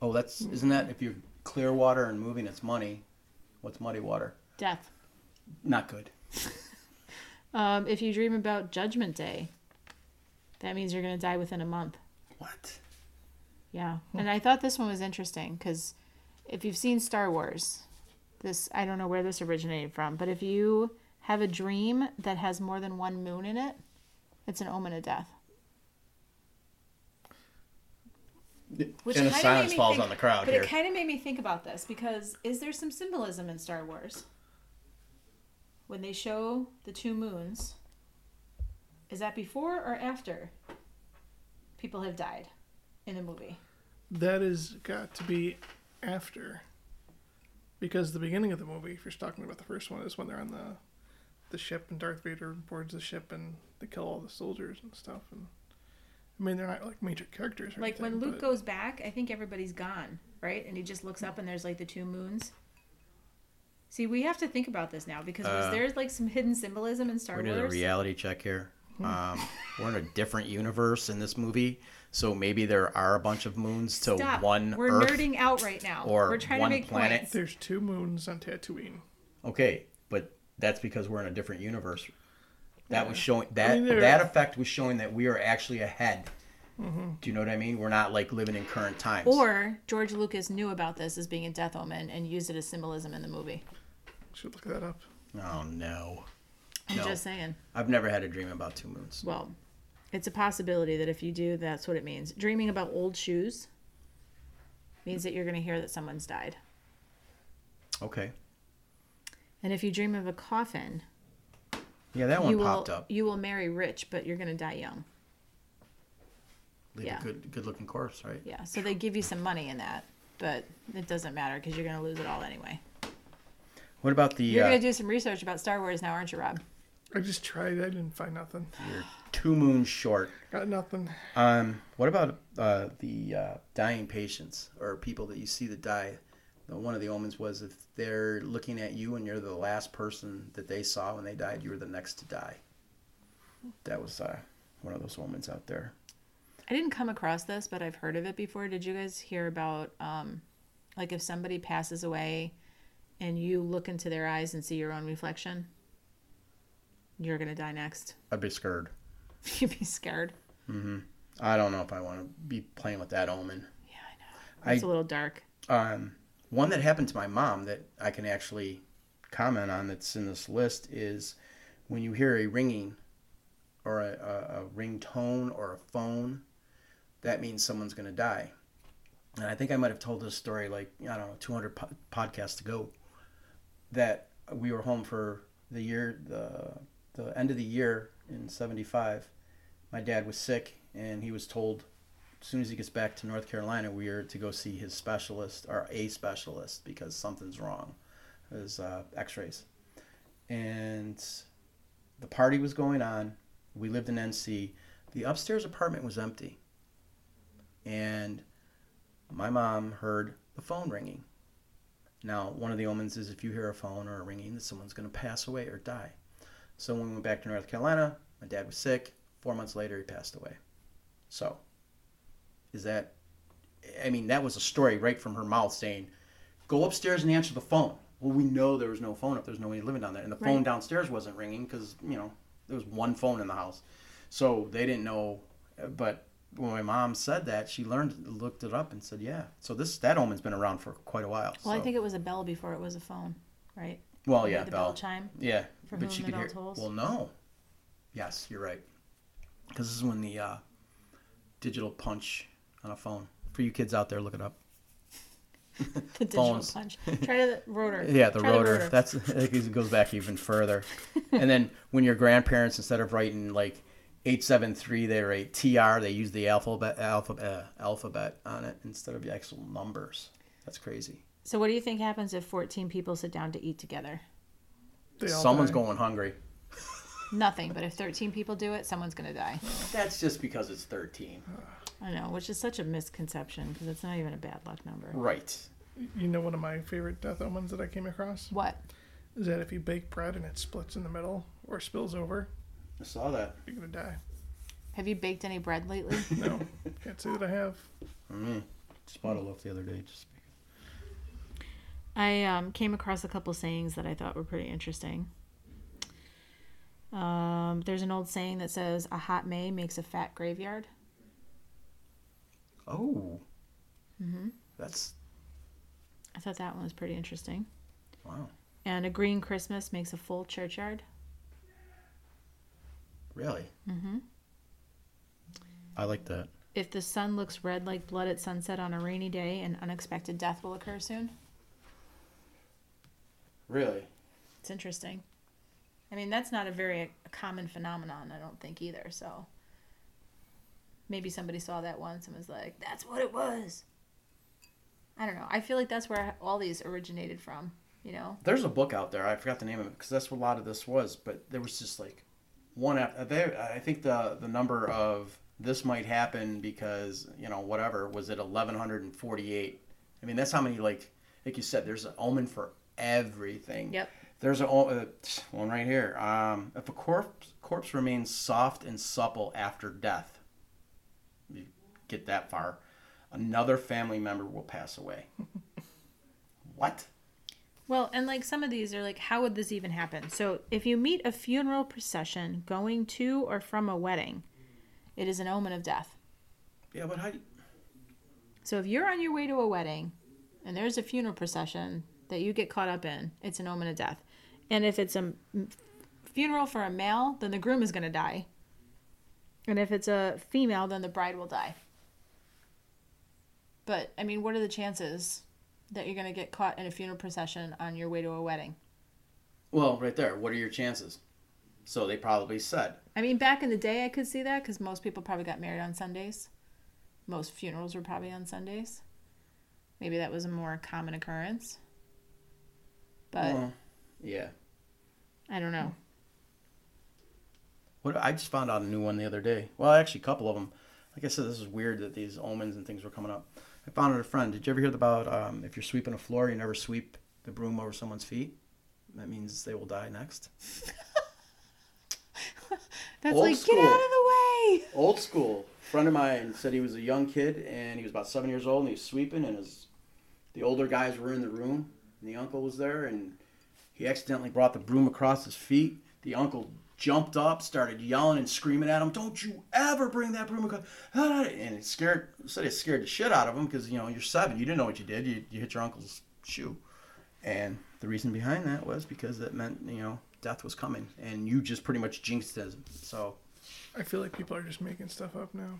Speaker 1: Oh, that's isn't that if you're clear water and moving, it's money. What's muddy water?
Speaker 2: Death.
Speaker 1: Not good.
Speaker 2: Um, if you dream about Judgment Day, that means you're going to die within a month.
Speaker 1: What?
Speaker 2: Yeah. And I thought this one was interesting because if you've seen Star Wars, this, I don't know where this originated from, but if you have a dream that has more than one moon in it, it's an omen of death. Which
Speaker 1: and a
Speaker 2: kinda made
Speaker 1: silence
Speaker 2: me
Speaker 1: falls
Speaker 2: think-
Speaker 1: on the crowd
Speaker 2: But
Speaker 1: here.
Speaker 2: it kind of made me think about this because is there some symbolism in Star Wars? When they show the two moons, is that before or after people have died in the movie?
Speaker 3: That has got to be after. Because the beginning of the movie, if you're talking about the first one, is when they're on the the ship and Darth Vader boards the ship and they kill all the soldiers and stuff and I mean they're not like major characters or
Speaker 2: Like when
Speaker 3: anything,
Speaker 2: Luke
Speaker 3: but-
Speaker 2: goes back, I think everybody's gone, right? And he just looks up and there's like the two moons. See, we have to think about this now because was
Speaker 1: Uh,
Speaker 2: there like some hidden symbolism in Star
Speaker 1: We're doing a
Speaker 2: Wars?
Speaker 1: reality check here.
Speaker 2: Hmm.
Speaker 1: Um, we're in a different universe in this movie, so maybe there are a bunch of moons to
Speaker 2: Stop.
Speaker 1: one
Speaker 2: We're
Speaker 1: Earth.
Speaker 2: nerding out right now.
Speaker 1: or
Speaker 2: We're trying
Speaker 1: one
Speaker 2: to make
Speaker 1: planet.
Speaker 2: points.
Speaker 3: There's two moons on Tatooine.
Speaker 1: Okay, but that's because we're in a different universe. That was showing that
Speaker 3: mean, there-
Speaker 1: that effect was showing that we are actually ahead. Do you know what I mean? We're not like living in current times.
Speaker 2: Mm-hmm. Or George Lucas knew about this as being a death omen and used it as symbolism in the movie.
Speaker 3: Should look that up.
Speaker 1: oh no,
Speaker 2: I'm
Speaker 1: No.
Speaker 2: just saying.
Speaker 1: I've never had a dream about two moons.
Speaker 2: Well, It's a possibility that if you do, that's what it means. Dreaming about old shoes means that you're going to hear that someone's died.
Speaker 1: Okay.
Speaker 2: And if you dream of a coffin,
Speaker 1: Yeah, that one
Speaker 2: you will
Speaker 1: popped up.
Speaker 2: you will marry rich, but you're going to die young.
Speaker 1: Leave
Speaker 2: yeah.
Speaker 1: a good, good looking corpse, right?
Speaker 2: Yeah, so they give you some money in that, but it doesn't matter because you're going to lose it all anyway.
Speaker 1: What about the?
Speaker 2: You're
Speaker 1: uh,
Speaker 2: going to do some research about Star Wars now, aren't you, Rob?
Speaker 3: I just tried. I didn't find nothing.
Speaker 1: You're two moons short.
Speaker 3: Got nothing.
Speaker 1: Um, what about uh, the uh, dying patients or people that you see that die? Uh, One of the omens was if they're looking at you and you're the last person that they saw when they died, you were the next to die. That was uh, one of those omens out there.
Speaker 2: I didn't come across this, but I've heard of it before. Did you guys hear about um like if somebody passes away and you look into their eyes and see your own reflection, you're going to die next.
Speaker 1: I'd be scared.
Speaker 2: You'd be scared.
Speaker 1: I don't know if I want to be playing with that omen.
Speaker 2: Yeah, I know.
Speaker 1: I-
Speaker 2: It's a little dark.
Speaker 1: Um, one that happened to my mom that I can actually comment on that's in this list is when you hear a ringing or a, a, a ringtone or a phone, that means someone's going to die. And I think I might have told this story like, I don't know, 200 po- podcasts ago that we were home for the year, the, the end of the year in 75. My dad was sick and he was told as soon as he gets back to North Carolina, we are to go see his specialist or a specialist because something's wrong. His uh, X-rays, and the party was going on. We lived in NC. The upstairs apartment was empty, and my mom heard the phone ringing. Now, one of the omens is if you hear a phone or a ringing, that someone's going to pass away or die. So when we went back to North Carolina, my dad was sick. Four months later, he passed away. So is that i mean that was a story right from her mouth saying go upstairs and answer the phone well we know there was no phone up there's nobody living down there and the phone
Speaker 2: Right.
Speaker 1: downstairs wasn't ringing because you know there was one phone in the house so they didn't know but when my mom said that she learned looked it up and said yeah so this that omen's been around for quite a while
Speaker 2: Well, I
Speaker 1: so-
Speaker 2: think it was a bell before it was a phone, right?
Speaker 1: well
Speaker 2: Like
Speaker 1: yeah
Speaker 2: the
Speaker 1: bell,
Speaker 2: bell chime
Speaker 1: yeah
Speaker 2: for
Speaker 1: but
Speaker 2: whom
Speaker 1: she
Speaker 2: the
Speaker 1: could
Speaker 2: bell
Speaker 1: hear
Speaker 2: tolls?
Speaker 1: well no yes you're right because this is when the uh, digital punch on a phone for you kids out there look it up
Speaker 2: The digital
Speaker 1: Phones.
Speaker 2: punch. Try the rotor.
Speaker 1: Yeah, the
Speaker 2: Try
Speaker 1: rotor. That's it goes back even further. and then when your grandparents, instead of writing like eight seven three, they write TR. They use the alphabet alphabet uh, alphabet on it instead of the actual numbers. That's crazy.
Speaker 2: So, what do you think happens if 14 people sit down to eat together?
Speaker 3: They all
Speaker 1: Someone's
Speaker 3: die.
Speaker 1: going hungry.
Speaker 2: Nothing, but if 13 people do it, someone's going to die.
Speaker 1: That's just because it's thirteen,
Speaker 2: I know, which is such a misconception because it's not even a bad luck number.
Speaker 1: right?
Speaker 3: You know, one of my favorite death omens that I came across
Speaker 2: What?
Speaker 3: is that if you bake bread and it splits in the middle or spills over,
Speaker 1: I saw that.
Speaker 3: you're gonna die.
Speaker 2: Have you baked any bread lately?
Speaker 3: No, can't say that I have.
Speaker 1: Mm. Spot a loaf the other day. Just
Speaker 2: I um, came across a couple sayings that I thought were pretty interesting. Um, there's an old saying that says, "A hot May makes a fat graveyard."
Speaker 1: oh. Mm-hmm. That's
Speaker 2: I thought that one was pretty interesting.
Speaker 1: wow.
Speaker 2: And a green Christmas makes a full churchyard.
Speaker 1: Really. Mm-hmm. I like that.
Speaker 2: If the sun looks red like blood at sunset on a rainy day, an unexpected death will occur soon.
Speaker 1: Really.
Speaker 2: It's interesting. I mean, that's not a very common phenomenon, I don't think either. So maybe somebody saw that once and was like, "That's what it was." I don't know. I feel like that's where all these originated from. You know,
Speaker 1: there's a book out there. I forgot the name of it because that's what a lot of this was. But there was just like one after there. I think the the number of this might happen because you know whatever was at eleven hundred and forty eight. I mean that's how many like like you said. There's an omen for everything.
Speaker 2: Yep.
Speaker 1: There's a o- uh, one right here. Um, if a corpse corpse remains soft and supple after death, you get that far, another family member will pass away. what?
Speaker 2: Well, and like some of these are like, how would this even happen? So, if you meet a funeral procession going to or from a wedding, it is an omen of death.
Speaker 1: Yeah, but how? do you-
Speaker 2: So, if you're on your way to a wedding and there's a funeral procession that you get caught up in, it's an omen of death. And if it's a m- funeral for a male, then the groom is going to die. And if it's a female, then the bride will die. But I mean, what are the chances that you're going to get caught in a funeral procession on your way to a wedding?
Speaker 1: Well, right there. What are your chances? So they probably said,
Speaker 2: I mean, back in the day, I could see that because most people probably got married on Sundays. Most funerals were probably on Sundays. Maybe that was a more common occurrence. But
Speaker 1: well, yeah.
Speaker 2: I don't know.
Speaker 1: What I just found out a new one the other day. Well, actually, a couple of them. Like I said, this is weird that these omens and things were coming up. I found out a friend. Did you ever hear about um, if you're sweeping a floor, you never sweep the broom over someone's feet? That means they will die next.
Speaker 2: That's
Speaker 1: Old
Speaker 2: like,
Speaker 1: school.
Speaker 2: get out of the way!
Speaker 1: Old school. Friend of mine said he was a young kid and he was about seven years old and he was sweeping and his the older guys were in the room and the uncle was there and he accidentally brought the broom across his feet. The uncle jumped up, started yelling and screaming at him, "Don't you ever bring that broom across!" And it scared said it scared the shit out of him because you know you're seven, you didn't know what you did. You you hit your uncle's shoe, and the reason behind that was because that meant you know death was coming and you just pretty much jinxed it. So.
Speaker 3: I feel like people are just making stuff up now.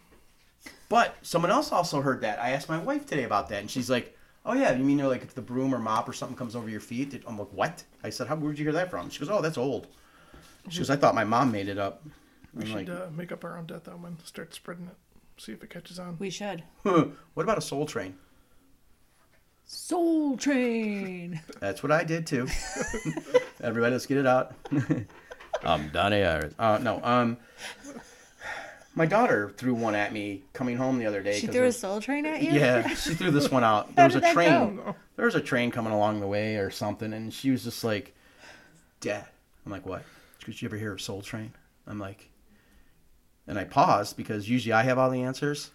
Speaker 1: But someone else also heard that. I asked my wife today about that, and she's like, "Oh yeah, you mean like if the broom or mop or something comes over your feet?" that-" I'm like, "What?" I said, "How? Where'd you hear that from?" She goes, "Oh, that's old." She goes, "I thought my mom made it up."
Speaker 3: We
Speaker 1: I'm like,
Speaker 3: should uh, make up our own death omen, start spreading it, see if it catches on.
Speaker 2: We should.
Speaker 1: "Huh, "What about a soul train?"
Speaker 2: Soul Train!
Speaker 1: That's what I did too. Everybody, let's get it out. I'm Donnie Iris. Uh, no, um, my daughter threw one at me coming home the other day.
Speaker 2: she
Speaker 1: 'cause
Speaker 2: threw a
Speaker 1: there's-
Speaker 2: Soul Train at you?
Speaker 1: Yeah, she threw this one out. There was
Speaker 2: did
Speaker 1: a
Speaker 2: that
Speaker 1: train.
Speaker 2: go?
Speaker 3: No.
Speaker 1: There was a train coming along the way or something, and she was just like, "Dad," I'm like, "What?" She goes, "You ever hear of Soul Train?" I'm like, and I paused because usually I have all the answers.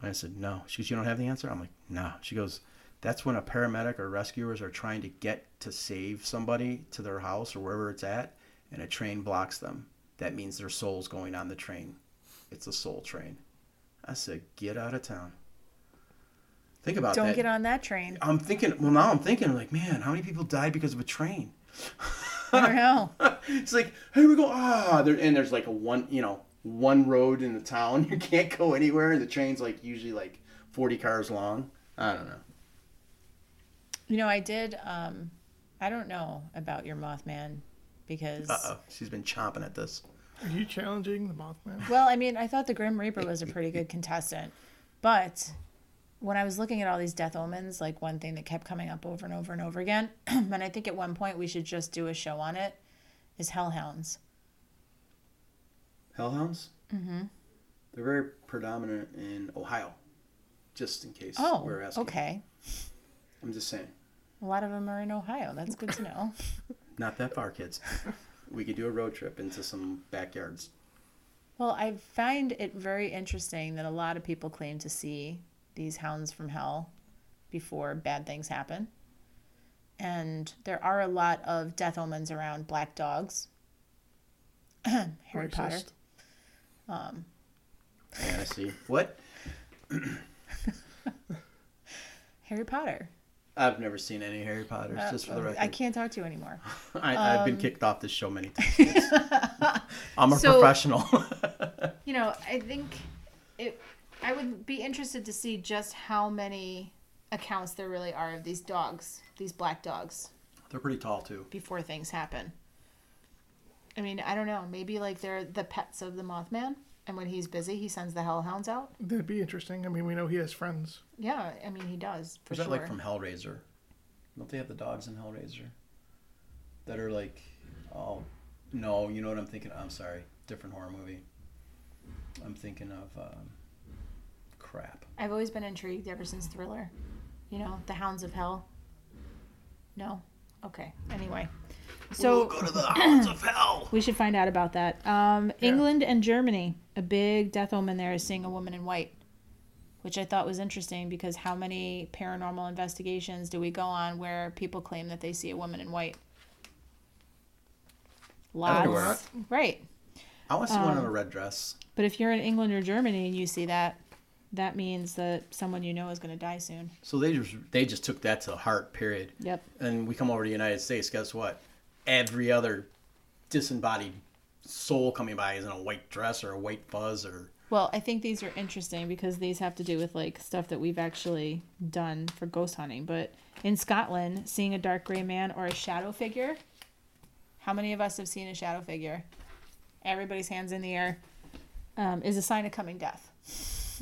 Speaker 1: And I said, "No." She goes, "You don't have the answer?" I'm like, "No." She goes, "That's when a paramedic or rescuers are trying to get to save somebody to their house or wherever it's at, and a train blocks them. That means their soul's going on the train. It's a soul train." I said, "Get out of town." Think about
Speaker 2: Don't
Speaker 1: that.
Speaker 2: get on that train.
Speaker 1: I'm thinking. Well, now I'm thinking like, man, how many people died because of a train?
Speaker 2: I don't know.
Speaker 1: it's like here we go. Ah, there, and there's like a one, you know, one road in the town. You can't go anywhere. The train's like usually like 40 cars long. I don't know.
Speaker 2: You know, I did. Um, I don't know about your Mothman because.
Speaker 1: Uh oh, she's been chomping at this.
Speaker 3: Are you challenging the Mothman?
Speaker 2: Well, I mean, I thought the Grim Reaper was a pretty good contestant, but when I was looking at all these death omens, like one thing that kept coming up over and over and over again, and I think at one point we should just do a show on it, is hellhounds.
Speaker 1: Hellhounds. Mm-hmm. They're very predominant in Ohio. Just in case
Speaker 2: Oh,
Speaker 1: we're asking.
Speaker 2: okay.
Speaker 1: I'm just saying.
Speaker 2: A lot of them are in Ohio. That's good to know.
Speaker 1: Not that far, kids. we could do a road trip into some backyards.
Speaker 2: Well, I find it very interesting that a lot of people claim to see these hounds from hell before bad things happen. And there are a lot of death omens around black dogs. Harry Potter.
Speaker 3: Racist.
Speaker 1: Yeah, I see. What?
Speaker 2: Harry Potter.
Speaker 1: I've never seen any Harry Potters,
Speaker 2: Uh,
Speaker 1: just for the
Speaker 2: um,
Speaker 1: record.
Speaker 2: I can't talk to you anymore.
Speaker 1: I, I've been kicked off this show many times. I'm a
Speaker 2: Um, So-
Speaker 1: professional.
Speaker 2: You know, I think it. I would be interested to see just how many accounts there really are of these dogs, these black dogs,
Speaker 1: They're pretty tall too.
Speaker 2: before things happen. I mean, I don't know. Maybe like they're the pets of the Mothman, and when he's busy, he sends the hellhounds out.
Speaker 3: That'd be interesting. I mean, we know he has friends.
Speaker 2: Yeah, I mean, he does for
Speaker 1: Was
Speaker 2: sure.
Speaker 1: that like from Hellraiser? Don't they have the dogs in Hellraiser that are like, oh, no, you know what I'm thinking? I'm sorry, different horror movie. I'm thinking of um, crap.
Speaker 2: I've always been intrigued ever since Thriller. You know, the Hounds of Hell. No, okay. Anyway, so
Speaker 1: go to the hounds of hell.
Speaker 2: We should find out about that. Um,
Speaker 3: Yeah.
Speaker 2: England and Germany, a big death omen there is seeing a woman in white, which I thought was interesting because how many paranormal investigations do we go on where people claim that they see a woman in white?
Speaker 1: Everywhere.
Speaker 2: Lots. Right.
Speaker 1: I want to see one
Speaker 2: Um,
Speaker 1: in a red dress.
Speaker 2: But if you're in England or Germany and you see that, that means that someone you know is going to die soon.
Speaker 1: So they just they just took that to heart. Period.
Speaker 2: Yep.
Speaker 1: and we come over to the United States, guess what? Every other disembodied soul coming by is in a white dress or a white fuzz or
Speaker 2: Well, I think these are interesting because these have to do with like stuff that we've actually done for ghost hunting. But in Scotland, seeing a dark gray man or a shadow figure, how many of us have seen a shadow figure? Everybody's hands in the air um, is a sign of coming death.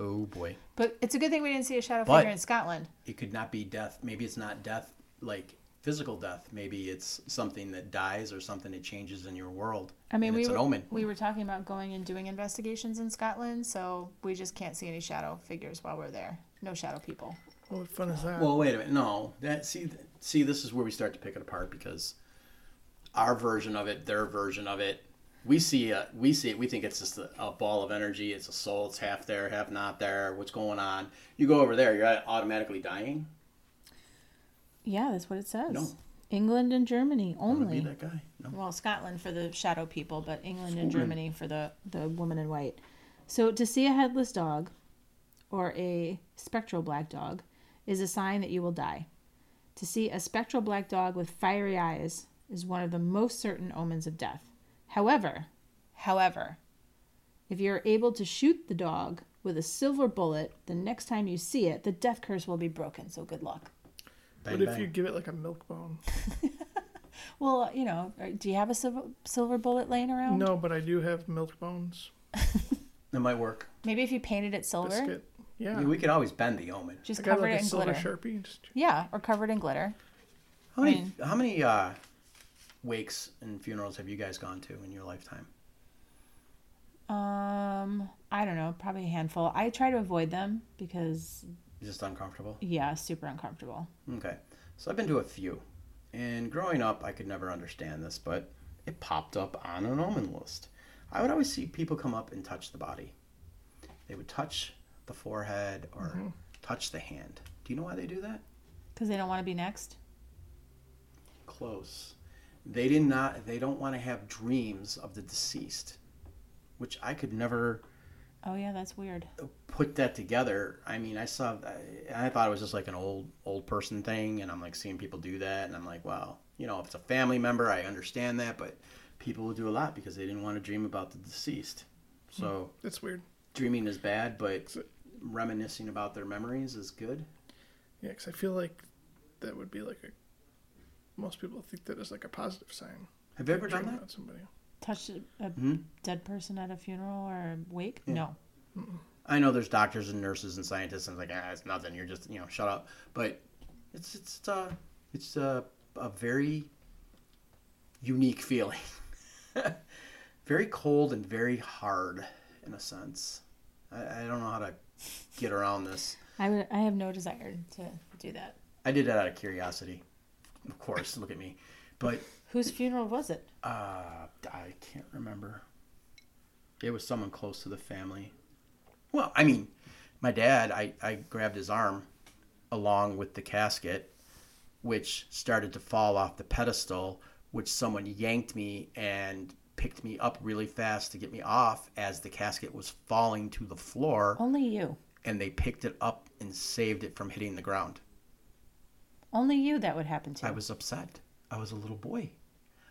Speaker 1: oh boy.
Speaker 2: But it's a good thing we didn't see a shadow
Speaker 1: But-
Speaker 2: figure in Scotland.
Speaker 1: It could not be death. Maybe it's not death like physical death. Maybe it's something that dies or something that changes in your world.
Speaker 2: I mean,
Speaker 1: and
Speaker 2: we
Speaker 1: it's
Speaker 2: were,
Speaker 1: an omen.
Speaker 2: we were talking about going and doing investigations in Scotland, so we just can't see any shadow figures while we're there. No shadow people.
Speaker 3: What fun is that?
Speaker 1: Well, wait a minute. No, that see see this is where we start to pick it apart because our version of it, their version of it, we see uh we see it. We think it's just a, a ball of energy. It's a soul. It's half there, half not there. What's going on? You go over there, you're automatically dying.
Speaker 2: Yeah, that's what it says.
Speaker 1: No.
Speaker 2: England and Germany
Speaker 1: I'm gonna
Speaker 2: only.
Speaker 1: be that guy. No.
Speaker 2: well scotland for the shadow people but england and germany for the, the woman in white so to see a headless dog or a spectral black dog is a sign that you will die to see a spectral black dog with fiery eyes is one of the most certain omens of death however however if you're able to shoot the dog with a silver bullet the next time you see it the death curse will be broken so good luck
Speaker 1: Bang,
Speaker 3: what if
Speaker 1: bang.
Speaker 3: you give it like a milk bone?
Speaker 2: well you know uh, do you have a silver, silver bullet laying around
Speaker 3: No, but I do have milk bones.
Speaker 1: That might work.
Speaker 2: Maybe if you painted it silver,
Speaker 3: Biscuit. Yeah.
Speaker 1: I mean, we could always bend the omen.
Speaker 2: just
Speaker 3: I got
Speaker 2: cover
Speaker 3: like
Speaker 2: it
Speaker 3: a
Speaker 2: in
Speaker 3: silver
Speaker 2: glitter.
Speaker 3: sharpie. and Just,
Speaker 2: Yeah, or covered in glitter.
Speaker 1: How many
Speaker 2: mean-
Speaker 1: how many uh, wakes and funerals have you guys gone to in your lifetime?
Speaker 2: Um, I don't know, probably a handful. I try to avoid them because
Speaker 1: Just uncomfortable.
Speaker 2: yeah, super uncomfortable.
Speaker 1: Okay. So I've been to a few. And growing up, I could never understand this, but it popped up on an omen list. I would always see people come up and touch the body. They would touch the forehead or touch the hand. Do you know why they do that?
Speaker 2: Because they don't want to be next.
Speaker 1: Close. They did not they don't want to have dreams of the deceased, which I could never
Speaker 2: Oh yeah, that's weird.
Speaker 1: put that together. I mean, I saw, I, I thought it was just like an old old person thing, and I'm like seeing people do that, and I'm like, wow, you know, if it's a family member, I understand that, but people will do a lot because they didn't want to dream about the deceased. So
Speaker 3: that's weird.
Speaker 1: dreaming is bad, but reminiscing about their memories is good.
Speaker 3: Yeah, because I feel like that would be like a. Most people think that is like a positive sign.
Speaker 1: Have you ever done
Speaker 3: Dream
Speaker 1: that?
Speaker 3: about somebody.
Speaker 2: Touched a
Speaker 3: Mm-hmm.
Speaker 2: dead person at a funeral or a wake? No.
Speaker 1: I know there's doctors and nurses and scientists, and it's like, ah, it's nothing. You're just, you know, shut up. But it's it's uh, it's uh, a very unique feeling, very cold and very hard in a sense. I, I don't know how to get around this.
Speaker 2: I would. I have no desire to do that.
Speaker 1: I did that out of curiosity, of course. Look at me, but
Speaker 2: Whose funeral was it?
Speaker 1: Uh, I can't remember. It was someone close to the family. Well, I mean, my dad, I, I grabbed his arm along with the casket, which started to fall off the pedestal, which someone yanked me and picked me up really fast to get me off as the casket was falling to the floor,
Speaker 2: Only you.
Speaker 1: and they picked it up and saved it from hitting the ground.
Speaker 2: Only you that would happen to.
Speaker 1: I was upset. I was a little boy.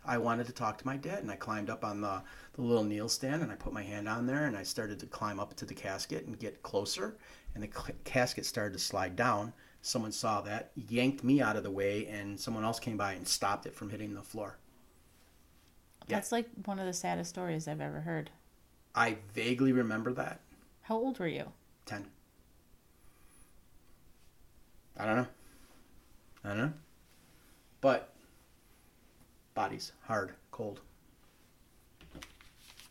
Speaker 1: I wanted to talk to my dad, and I climbed up on the, the little kneel stand, and I put my hand on there, and I started to climb up to the casket and get closer, and the cl- casket started to slide down. Someone saw that, yanked me out of the way, and someone else came by and stopped it from hitting the floor. yeah.
Speaker 2: That's like one of the saddest stories I've ever heard.
Speaker 1: I vaguely remember that.
Speaker 2: How old were you?
Speaker 1: Ten. I don't know. I don't know. But bodies hard, cold.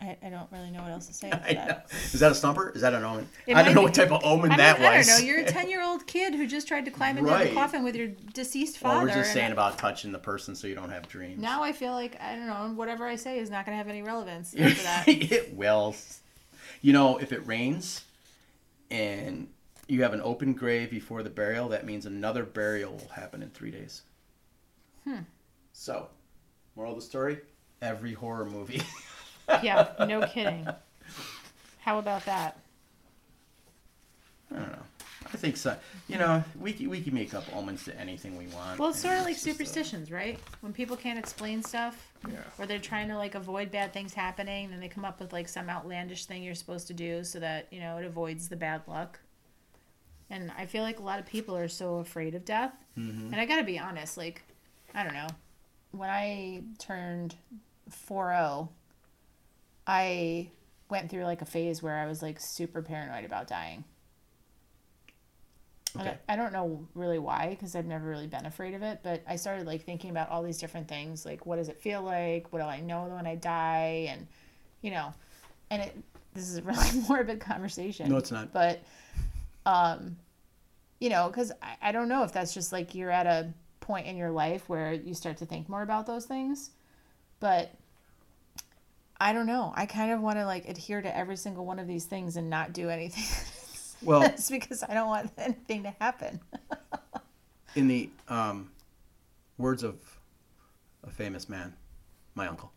Speaker 2: I, I don't really know what else to say.
Speaker 1: I
Speaker 2: After that.
Speaker 1: know. Is that a stumper? Is that an omen?
Speaker 4: It
Speaker 1: I don't
Speaker 4: might
Speaker 1: know
Speaker 4: be-
Speaker 1: what type of omen
Speaker 4: I,
Speaker 1: that
Speaker 4: mean, I
Speaker 1: was.
Speaker 4: don't know. You're a 10 year old kid who just tried to climb into
Speaker 1: Right.
Speaker 4: the coffin with your deceased
Speaker 1: well,
Speaker 4: father.
Speaker 1: we're just
Speaker 4: and
Speaker 1: saying about touching the person so you don't have dreams.
Speaker 4: now I feel like, I don't know, whatever I say is not going to have any relevance after that.
Speaker 1: it will. You know, if it rains and you have an open grave before the burial, that means another burial will happen in three days. Hmm. So, moral of the story: every horror movie.
Speaker 2: yeah, no kidding. How about that?
Speaker 1: I don't know. I I think so. You know, we can, we can make up omens to anything we want.
Speaker 2: Well, it's
Speaker 1: and
Speaker 2: sort of like
Speaker 1: just, uh,
Speaker 2: superstitions, right? When people can't explain stuff,
Speaker 3: Yeah.
Speaker 2: or they're trying to like avoid bad things happening, then they come up with like some outlandish thing you're supposed to do so that you know it avoids the bad luck. And I feel like a lot of people are so afraid of death. And I gotta be honest, like, I don't know. When I turned 4-0, I went through like a phase where I was like super paranoid about dying. And
Speaker 1: Okay.
Speaker 2: I I don't know really why because I've never really been afraid of it, but I started like thinking about all these different things like what does it feel like? What do I know when I die? And you know, and it this is a really morbid conversation.
Speaker 1: No, it's not.
Speaker 2: But um you know, cuz I, I don't know if that's just like you're at a point in your life where you start to think more about those things, but I don't know. I kind of want to like adhere to every single one of these things and not do anything.
Speaker 1: Well,
Speaker 2: It's because I don't want anything to happen.
Speaker 1: in the um, words of a famous man, my uncle,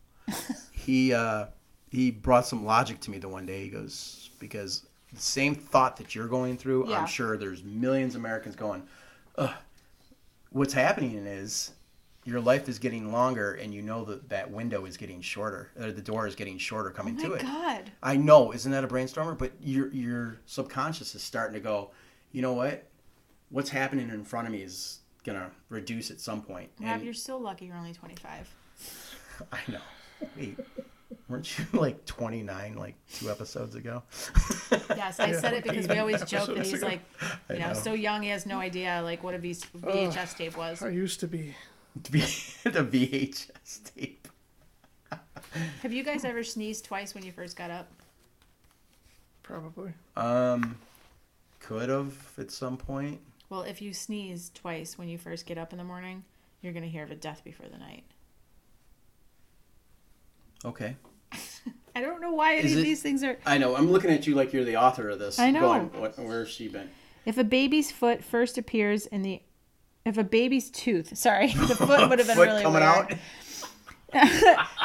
Speaker 1: he uh, he brought some logic to me the one day. He goes because the same thought that you're going through,
Speaker 2: Yeah.
Speaker 1: I'm sure there's millions of Americans going. Ugh, what's happening is your life is getting longer, and you know that that window is getting shorter, or the door is getting shorter
Speaker 2: Oh
Speaker 1: coming to it.
Speaker 2: God.
Speaker 1: I know, isn't that a brainstormer? But your your subconscious is starting to go, you know what? What's happening in front of me is gonna reduce at some point.
Speaker 2: Rob,
Speaker 1: And
Speaker 2: you're so lucky you're only 25.
Speaker 1: I know. Wait, weren't you like 29 like two episodes ago?
Speaker 2: Yes, I said it because we always joke that
Speaker 3: Episodes
Speaker 2: he's
Speaker 3: ago.
Speaker 2: like, you know,
Speaker 1: know.
Speaker 2: so young he has no idea like what a V- VHS tape was.
Speaker 3: I used to be.
Speaker 1: To be the VHS tape.
Speaker 2: Have you guys ever sneezed twice when you first got up?
Speaker 3: Probably.
Speaker 1: Um, could have at some point.
Speaker 2: Well, if you sneeze twice when you first get up in the morning, you're going to hear of a death before the night.
Speaker 1: Okay.
Speaker 2: I don't know why any
Speaker 1: Is
Speaker 2: of
Speaker 1: it-
Speaker 2: these things are.
Speaker 1: I know. I'm looking at you like you're the author of this.
Speaker 5: I know.
Speaker 1: Going, what, where's she been?
Speaker 5: If a baby's foot first appears in the if a baby's tooth, sorry, the foot would have been
Speaker 1: Foot
Speaker 5: really weird.
Speaker 1: coming out.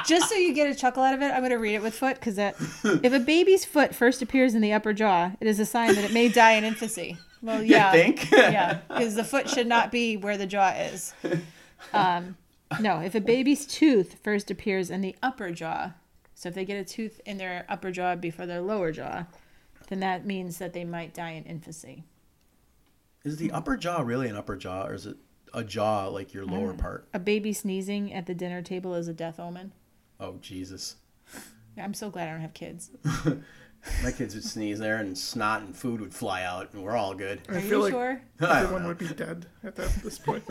Speaker 5: Just so you get a chuckle out of it, I'm going to read it with foot because that. if a baby's foot first appears in the upper jaw, it is a sign that it may die in infancy. Well,
Speaker 1: You
Speaker 5: yeah,
Speaker 1: think?
Speaker 5: yeah, because the foot should not be where the jaw is. Um, no, if a baby's tooth first appears in the upper jaw, so if they get a tooth in their upper jaw before their lower jaw, then that means that they might die in infancy.
Speaker 1: Is the upper jaw really an upper jaw, or is it a jaw like your lower part?
Speaker 5: A baby sneezing at the dinner table is a death omen.
Speaker 1: Oh Jesus!
Speaker 5: I'm so glad I don't have kids.
Speaker 1: My kids would sneeze there, and snot and food would fly out, and we're all good.
Speaker 3: I
Speaker 5: Are
Speaker 3: feel
Speaker 5: you
Speaker 3: like
Speaker 5: sure?
Speaker 1: I don't
Speaker 3: everyone
Speaker 1: know.
Speaker 3: would be dead at that, this point.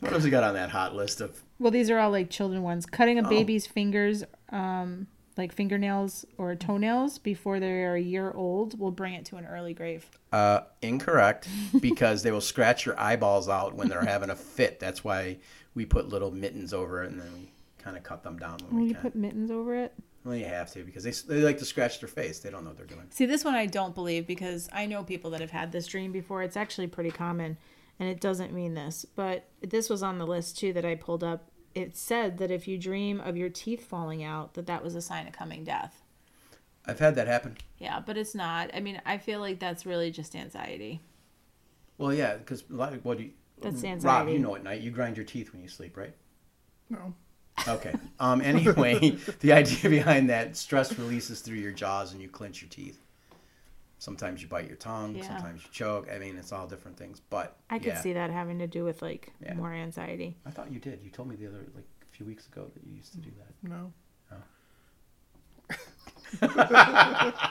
Speaker 1: What else we got on that hot list of?
Speaker 5: Well, these are all like children ones. Cutting a
Speaker 1: Oh.
Speaker 5: baby's fingers, um, like fingernails or toenails, before they are a year old will bring it to an early grave.
Speaker 1: Uh, incorrect, because they will scratch your eyeballs out when they're having a fit. That's why we put little mittens over it, and then we kind of cut them down when
Speaker 5: Will
Speaker 1: we
Speaker 5: you
Speaker 1: can.
Speaker 5: put mittens over it?
Speaker 1: Well, you have to because they they like to scratch their face. They don't know what they're doing.
Speaker 5: See, this one I don't believe because I know people that have had this dream before. It's actually pretty common, and it doesn't mean this. But this was on the list too that I pulled up. It said that if you dream of your teeth falling out, that that was a sign of coming death.
Speaker 1: I've had that happen.
Speaker 5: Yeah, but it's not. I mean, I feel like that's really just anxiety.
Speaker 1: Well, yeah, because like, what do you?
Speaker 5: That's
Speaker 1: Rob,
Speaker 5: anxiety.
Speaker 1: you know at night you grind your teeth when you sleep, right?
Speaker 3: no.
Speaker 1: Okay. Um, anyway, the idea behind that stress releases through your jaws and you clench your teeth. Sometimes you bite your tongue.
Speaker 5: Yeah.
Speaker 1: Sometimes you choke. I mean, it's all different things. But
Speaker 5: I could
Speaker 1: yeah.
Speaker 5: see that having to do with like
Speaker 1: Yeah.
Speaker 5: more anxiety.
Speaker 1: I thought you did. You told me the other like a few weeks ago that you used to do that.
Speaker 3: No.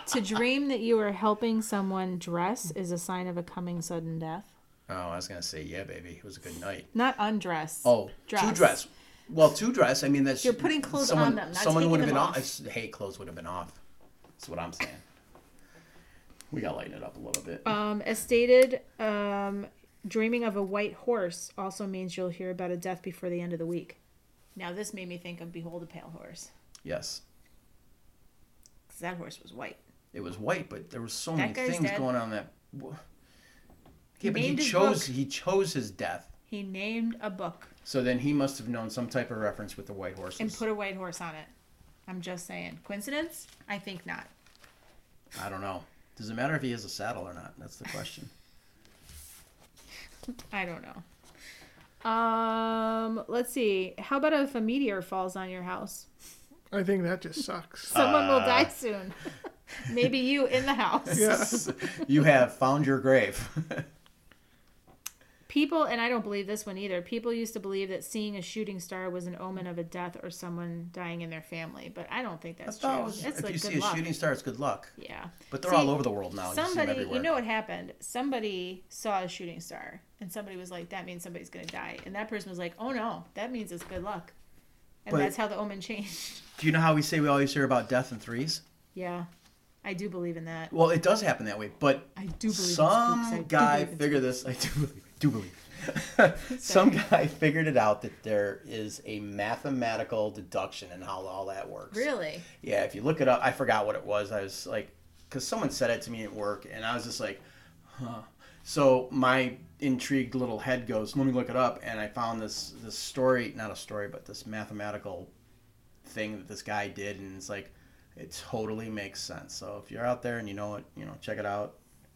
Speaker 5: to dream that you are helping someone dress is a sign of a coming sudden death.
Speaker 1: Oh, I was gonna say yeah, baby. It was a good night.
Speaker 5: Not undress.
Speaker 1: Oh, two
Speaker 5: Dress.
Speaker 1: dress. Well, two dress. I mean, that's
Speaker 5: You're putting clothes on them, not
Speaker 1: someone
Speaker 5: taking
Speaker 1: would have
Speaker 5: them
Speaker 1: been
Speaker 5: off.
Speaker 1: I hate clothes would have been off. That's what I'm saying. We gotta lighten it up a little bit.
Speaker 5: Um, as stated, um, dreaming of a white horse also means you'll hear about a death before the end of the week.
Speaker 2: Now, this made me think of Behold a Pale Horse
Speaker 1: yes.
Speaker 2: because that horse was white.
Speaker 1: it was white, but there were so
Speaker 2: That
Speaker 1: many
Speaker 2: guy's
Speaker 1: things
Speaker 2: dead.
Speaker 1: going on that. wha- Yeah, but he
Speaker 2: named his
Speaker 1: chose he chose his death.
Speaker 2: He named a book
Speaker 1: So then he must have known some type of reference with the white horses.
Speaker 2: and put a white horse on it. I'm just saying. Coincidence? I think not.
Speaker 1: I don't know. Does it matter if he has a saddle or not? That's the question.
Speaker 2: I don't know. Um, let's see. How about if a meteor falls on your house?
Speaker 3: I think that just sucks.
Speaker 2: Someone will die soon. Maybe you in the house.
Speaker 3: Yeah.
Speaker 1: you have found your grave.
Speaker 2: People, and I don't believe this one either. People used to believe that seeing a shooting star was an omen of a death or someone dying in their family, but I don't think that's true. it's
Speaker 1: if
Speaker 2: like
Speaker 1: you
Speaker 2: good
Speaker 1: see a
Speaker 2: luck.
Speaker 1: shooting star, it's good luck.
Speaker 2: yeah.
Speaker 1: But they're
Speaker 2: See,
Speaker 1: all over the world now. you see them
Speaker 2: Somebody,
Speaker 1: everywhere.
Speaker 2: you know what happened? Somebody saw a shooting star, and somebody was like, "That means somebody's gonna die," and that person was like, "Oh no, that means it's good luck," and
Speaker 1: But-
Speaker 2: that's how the omen changed.
Speaker 1: Do you know how we say we always hear about death in threes?
Speaker 2: yeah, I do believe in that.
Speaker 1: Well, it does happen that way, but
Speaker 2: I do believe in spooks. I
Speaker 1: some
Speaker 2: do
Speaker 1: guy
Speaker 2: believe in
Speaker 1: figured this. I do believe. Do believe. some guy figured it out that there is a mathematical deduction in how all that works.
Speaker 2: Really?
Speaker 1: Yeah, if you look it up, I forgot what it was. I was like, because someone said it to me at work, and I was just like, huh. So my intrigued little head goes, let me look it up, and I found this this story, not a story, but this mathematical thing that this guy did, and it's like, it totally makes sense. So if you're out there and you know it, you know, check it out.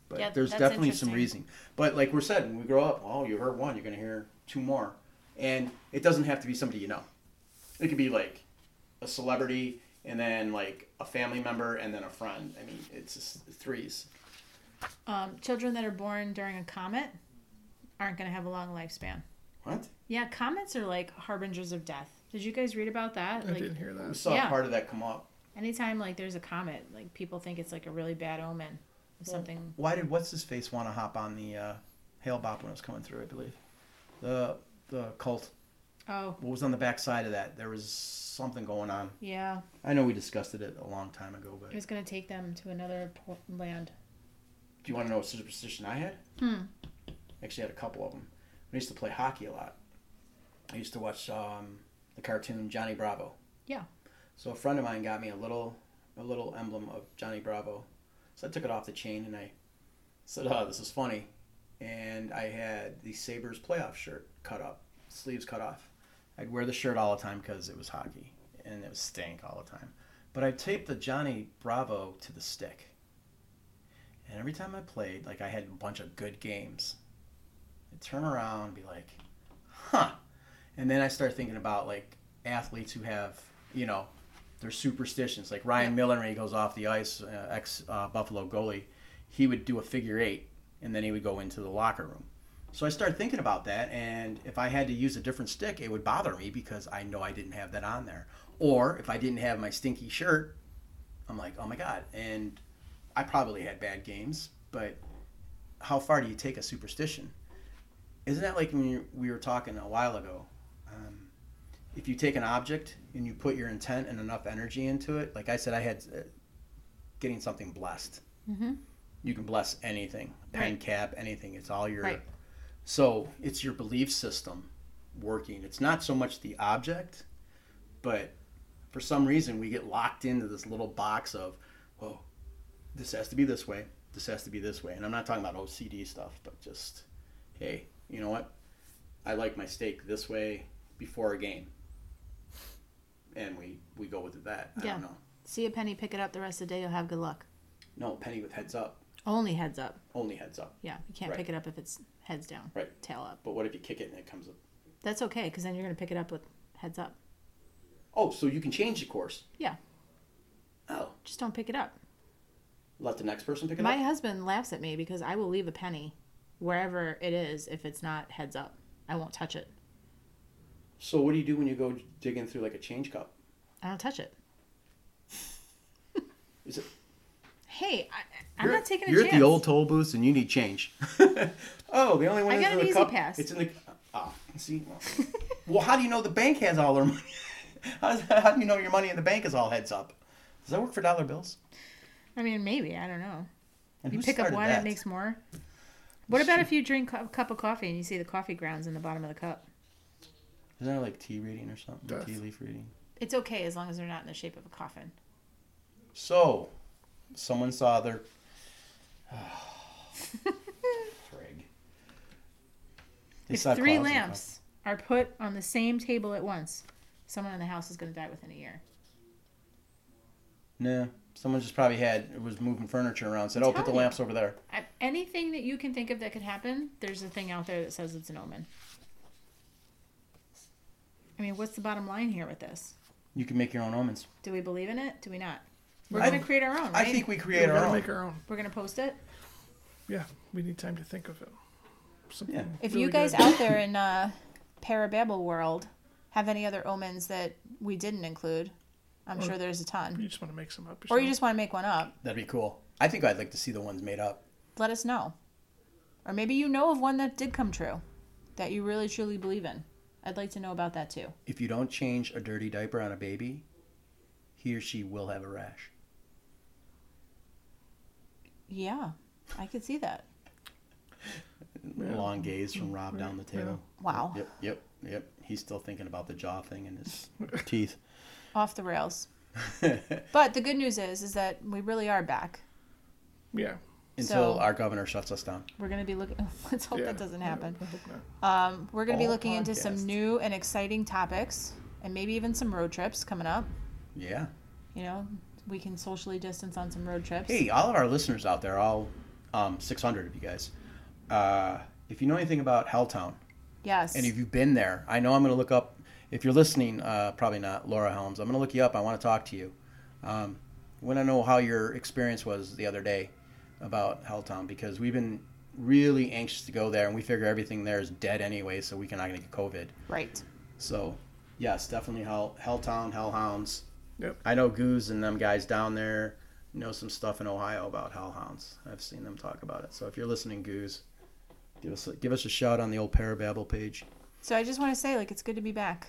Speaker 1: But
Speaker 2: Yeah,
Speaker 1: there's
Speaker 2: that's
Speaker 1: definitely some
Speaker 2: interesting.
Speaker 1: reason. But like we're said, when we grow up, oh, you heard one, you're gonna hear two more, and it doesn't have to be somebody you know. It could be like a celebrity and then like a family member and then a friend. I mean, it's just threes.
Speaker 2: Um, children that are born during a comet aren't going to have a long lifespan.
Speaker 1: What?
Speaker 2: Yeah, comets are like harbingers of death. Did you guys read about that?
Speaker 3: I
Speaker 2: Like
Speaker 3: didn't hear
Speaker 1: We
Speaker 3: that.
Speaker 1: saw
Speaker 2: Yeah.
Speaker 1: part of that come up.
Speaker 2: anytime like there's a comet, like people think it's like a really bad omen. Of something.
Speaker 1: Why did what's his face want to hop on the uh, hail bop when it was coming through? I believe the the cult.
Speaker 2: Oh,
Speaker 1: What was on the back side of that? There was something going on.
Speaker 2: yeah.
Speaker 1: I know we discussed it a long time ago, but
Speaker 2: It was going to take them to another po- land.
Speaker 1: do you want to know what superstition I had? Actually, I had a couple of them. I used to play hockey a lot. I used to watch um, the cartoon Johnny Bravo.
Speaker 2: Yeah.
Speaker 1: So a friend of mine got me a little a little emblem of Johnny Bravo. So I took it off the chain and I said, "Oh, this is funny." And I had the Sabres playoff shirt cut up, sleeves cut off. I'd wear the shirt all the time because it was hockey and it was stank all the time. But I taped the Johnny Bravo to the stick. And every time I played, like I had a bunch of good games, I'd turn around and be like, huh. And then I start thinking about like athletes who have, you know, their superstitions. Like Ryan Miller, when he goes off the ice, uh, ex uh, Buffalo goalie, he would do a figure eight and then he would go into the locker room. So I started thinking about that, and if I had to use a different stick, it would bother me because I know I didn't have that on there. Or if I didn't have my stinky shirt, I'm like, oh my god. And I probably had bad games, but how far do you take a superstition? Isn't that like when you, we were talking a while ago? Um, if you take an object and you put your intent and enough energy into it, like I said, I had uh, getting something blessed. You can bless anything, pen
Speaker 2: Mm-hmm. Right.
Speaker 1: cap, anything. It's all your.
Speaker 2: Right.
Speaker 1: So it's your belief system working. It's not so much the object, but for some reason we get locked into this little box of, oh, whoa, this has to be this way. This has to be this way. And I'm not talking about OCD stuff, but just, hey, you know what? I like my steak this way before a game. And we, we go with that. I
Speaker 2: Yeah.
Speaker 1: don't know.
Speaker 2: See a penny, pick it up. The rest of the day, you'll have good luck.
Speaker 1: No, Penny with heads up,
Speaker 2: Only heads up.
Speaker 1: only heads up.
Speaker 2: Yeah, you can't
Speaker 1: Right.
Speaker 2: pick it up if it's heads down,
Speaker 1: Right.
Speaker 2: tail up.
Speaker 1: But what if you kick it and it comes up?
Speaker 2: That's okay because then you're going to pick it up with heads up.
Speaker 1: Oh, so you can change the course.
Speaker 2: Yeah,
Speaker 1: Oh,
Speaker 2: just don't pick it up.
Speaker 1: let the next person pick it
Speaker 2: My
Speaker 1: up.
Speaker 2: husband laughs at me because I will leave a penny wherever it is if it's not heads up. I won't touch it.
Speaker 1: So what do you do when you go digging through like a change cup?
Speaker 2: I don't touch it.
Speaker 1: Is it?
Speaker 2: Hey, I, I'm
Speaker 1: You're-
Speaker 2: not taking a
Speaker 1: You're
Speaker 2: chance.
Speaker 1: at the old toll booth and you need change. oh, the only one
Speaker 2: I
Speaker 1: is
Speaker 2: got
Speaker 1: in
Speaker 2: an
Speaker 1: the
Speaker 2: easy
Speaker 1: cup.
Speaker 2: pass.
Speaker 1: It's in the. Ah, see. Well, well, how do you know the bank has all their money? How, does- how do you know your money in the bank is all heads up? Does that work for dollar bills?
Speaker 2: I mean, maybe I don't know.
Speaker 1: And
Speaker 2: You
Speaker 1: who
Speaker 2: pick up
Speaker 1: started
Speaker 2: one,
Speaker 1: that?
Speaker 2: it makes more. What about if you drink cu- a cup of coffee and you see the coffee grounds in the bottom of the cup?
Speaker 1: Isn't that like tea reading or something?
Speaker 3: Death.
Speaker 1: Tea leaf reading.
Speaker 2: It's okay as long as they're not in the shape of a coffin.
Speaker 1: So, someone saw their. frig. They saw
Speaker 2: if three
Speaker 1: clouds in the cup.
Speaker 2: lamps are put on the same table at once, someone in the house is going to die within a year.
Speaker 1: Nah, Someone just probably had was moving furniture around. Said, "Oh, put the
Speaker 6: telling you.
Speaker 1: lamps over there."
Speaker 6: I, anything that you can think of that could happen, there's a thing out there that says it's an omen. I mean, what's the bottom line here with this?
Speaker 1: You can make your own omens.
Speaker 6: Do we believe in it? Do we not? We're
Speaker 1: I-
Speaker 6: gonna create our own, right?
Speaker 1: I think we
Speaker 3: We
Speaker 1: create our
Speaker 3: gotta
Speaker 1: own.
Speaker 3: make our own.
Speaker 6: We're gonna post it.
Speaker 3: Yeah, we need time to think of it. Something
Speaker 1: Yeah.
Speaker 2: If
Speaker 3: really
Speaker 2: you guys
Speaker 3: good.
Speaker 2: out there in uh, Parababel world have any other omens that we didn't include, I'm
Speaker 3: Or-
Speaker 2: sure there's a ton.
Speaker 3: you just want to make some up,
Speaker 2: Or you
Speaker 3: yourself.
Speaker 2: just want to make one up,
Speaker 1: That'd be cool. I think I'd like to see the ones made up.
Speaker 2: let us know. Or maybe you know of one that did come true that you really truly believe in. I'd like to know about that too.
Speaker 1: If you don't change a dirty diaper on a baby, he or she will have a rash.
Speaker 2: Yeah, I could see that.
Speaker 1: Long gaze from Rob down the table.
Speaker 2: Wow.
Speaker 1: Yep, yep, yep. He's still thinking about the jaw thing and his teeth.
Speaker 2: Off the rails. but the good news is is that we really are back.
Speaker 3: yeah.
Speaker 1: Until
Speaker 2: So-
Speaker 1: our governor shuts us down.
Speaker 2: We're going to be looking Let's hope
Speaker 3: yeah.
Speaker 2: that doesn't
Speaker 3: Yeah,
Speaker 2: happen.
Speaker 3: I hope not.
Speaker 2: Um, we're going to be
Speaker 1: All
Speaker 2: looking into some
Speaker 1: podcasts.
Speaker 2: new and exciting topics and maybe even some road trips coming up.
Speaker 1: Yeah.
Speaker 2: You know, we can socially distance on some road trips.
Speaker 1: Hey, all of our listeners out there, all um, 600 of you guys, uh, if you know anything about Helltown,
Speaker 2: Yes.
Speaker 1: and if you've been there, I know I'm going to look up, if you're listening, uh, probably not, Laura Helms, I'm going to look you up. I want to talk to you. Um, want to know how your experience was the other day about Helltown because we've been really anxious to go there and we figure everything there is dead anyway, so we can not going to get COVID.
Speaker 2: right.
Speaker 1: So, yes, definitely Hell Helltown, Hellhounds.
Speaker 3: Yep.
Speaker 1: I know Goose and them guys down there know some stuff in Ohio about hellhounds. I've seen them talk about it. So if you're listening, Goose, give us a, give us a shout on the old Parababble page.
Speaker 2: So I just want to say like it's good to be back.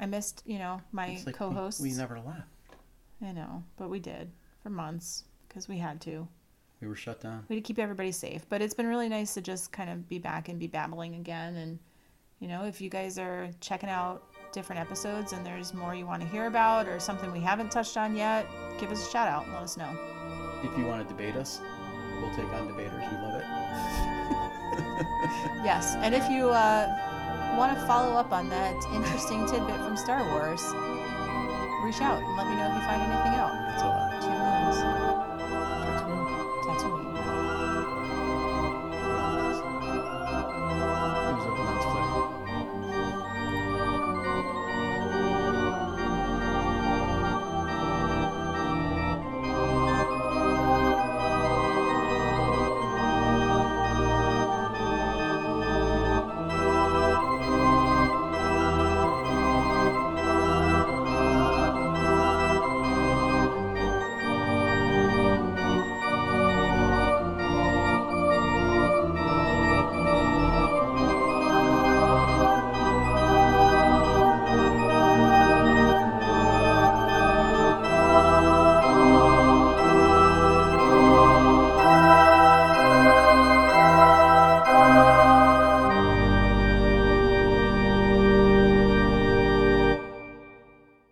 Speaker 2: I missed, you know, my
Speaker 1: It's like we-
Speaker 2: co-hosts.
Speaker 1: We, never left.
Speaker 2: I know, but we did for months because we had to.
Speaker 1: We were shut down.
Speaker 2: We had to keep everybody safe. But it's been really nice to just kind of be back and be babbling again. And, you know, if you guys are checking out different episodes and there's more you want to hear about or something we haven't touched on yet, give us a shout out and let us know.
Speaker 1: If you want to debate us, we'll take on debaters. We love it.
Speaker 2: Yes. And if you uh, want to follow up on that interesting tidbit from Star Wars, reach out and let me know if you find anything out.
Speaker 1: That's all I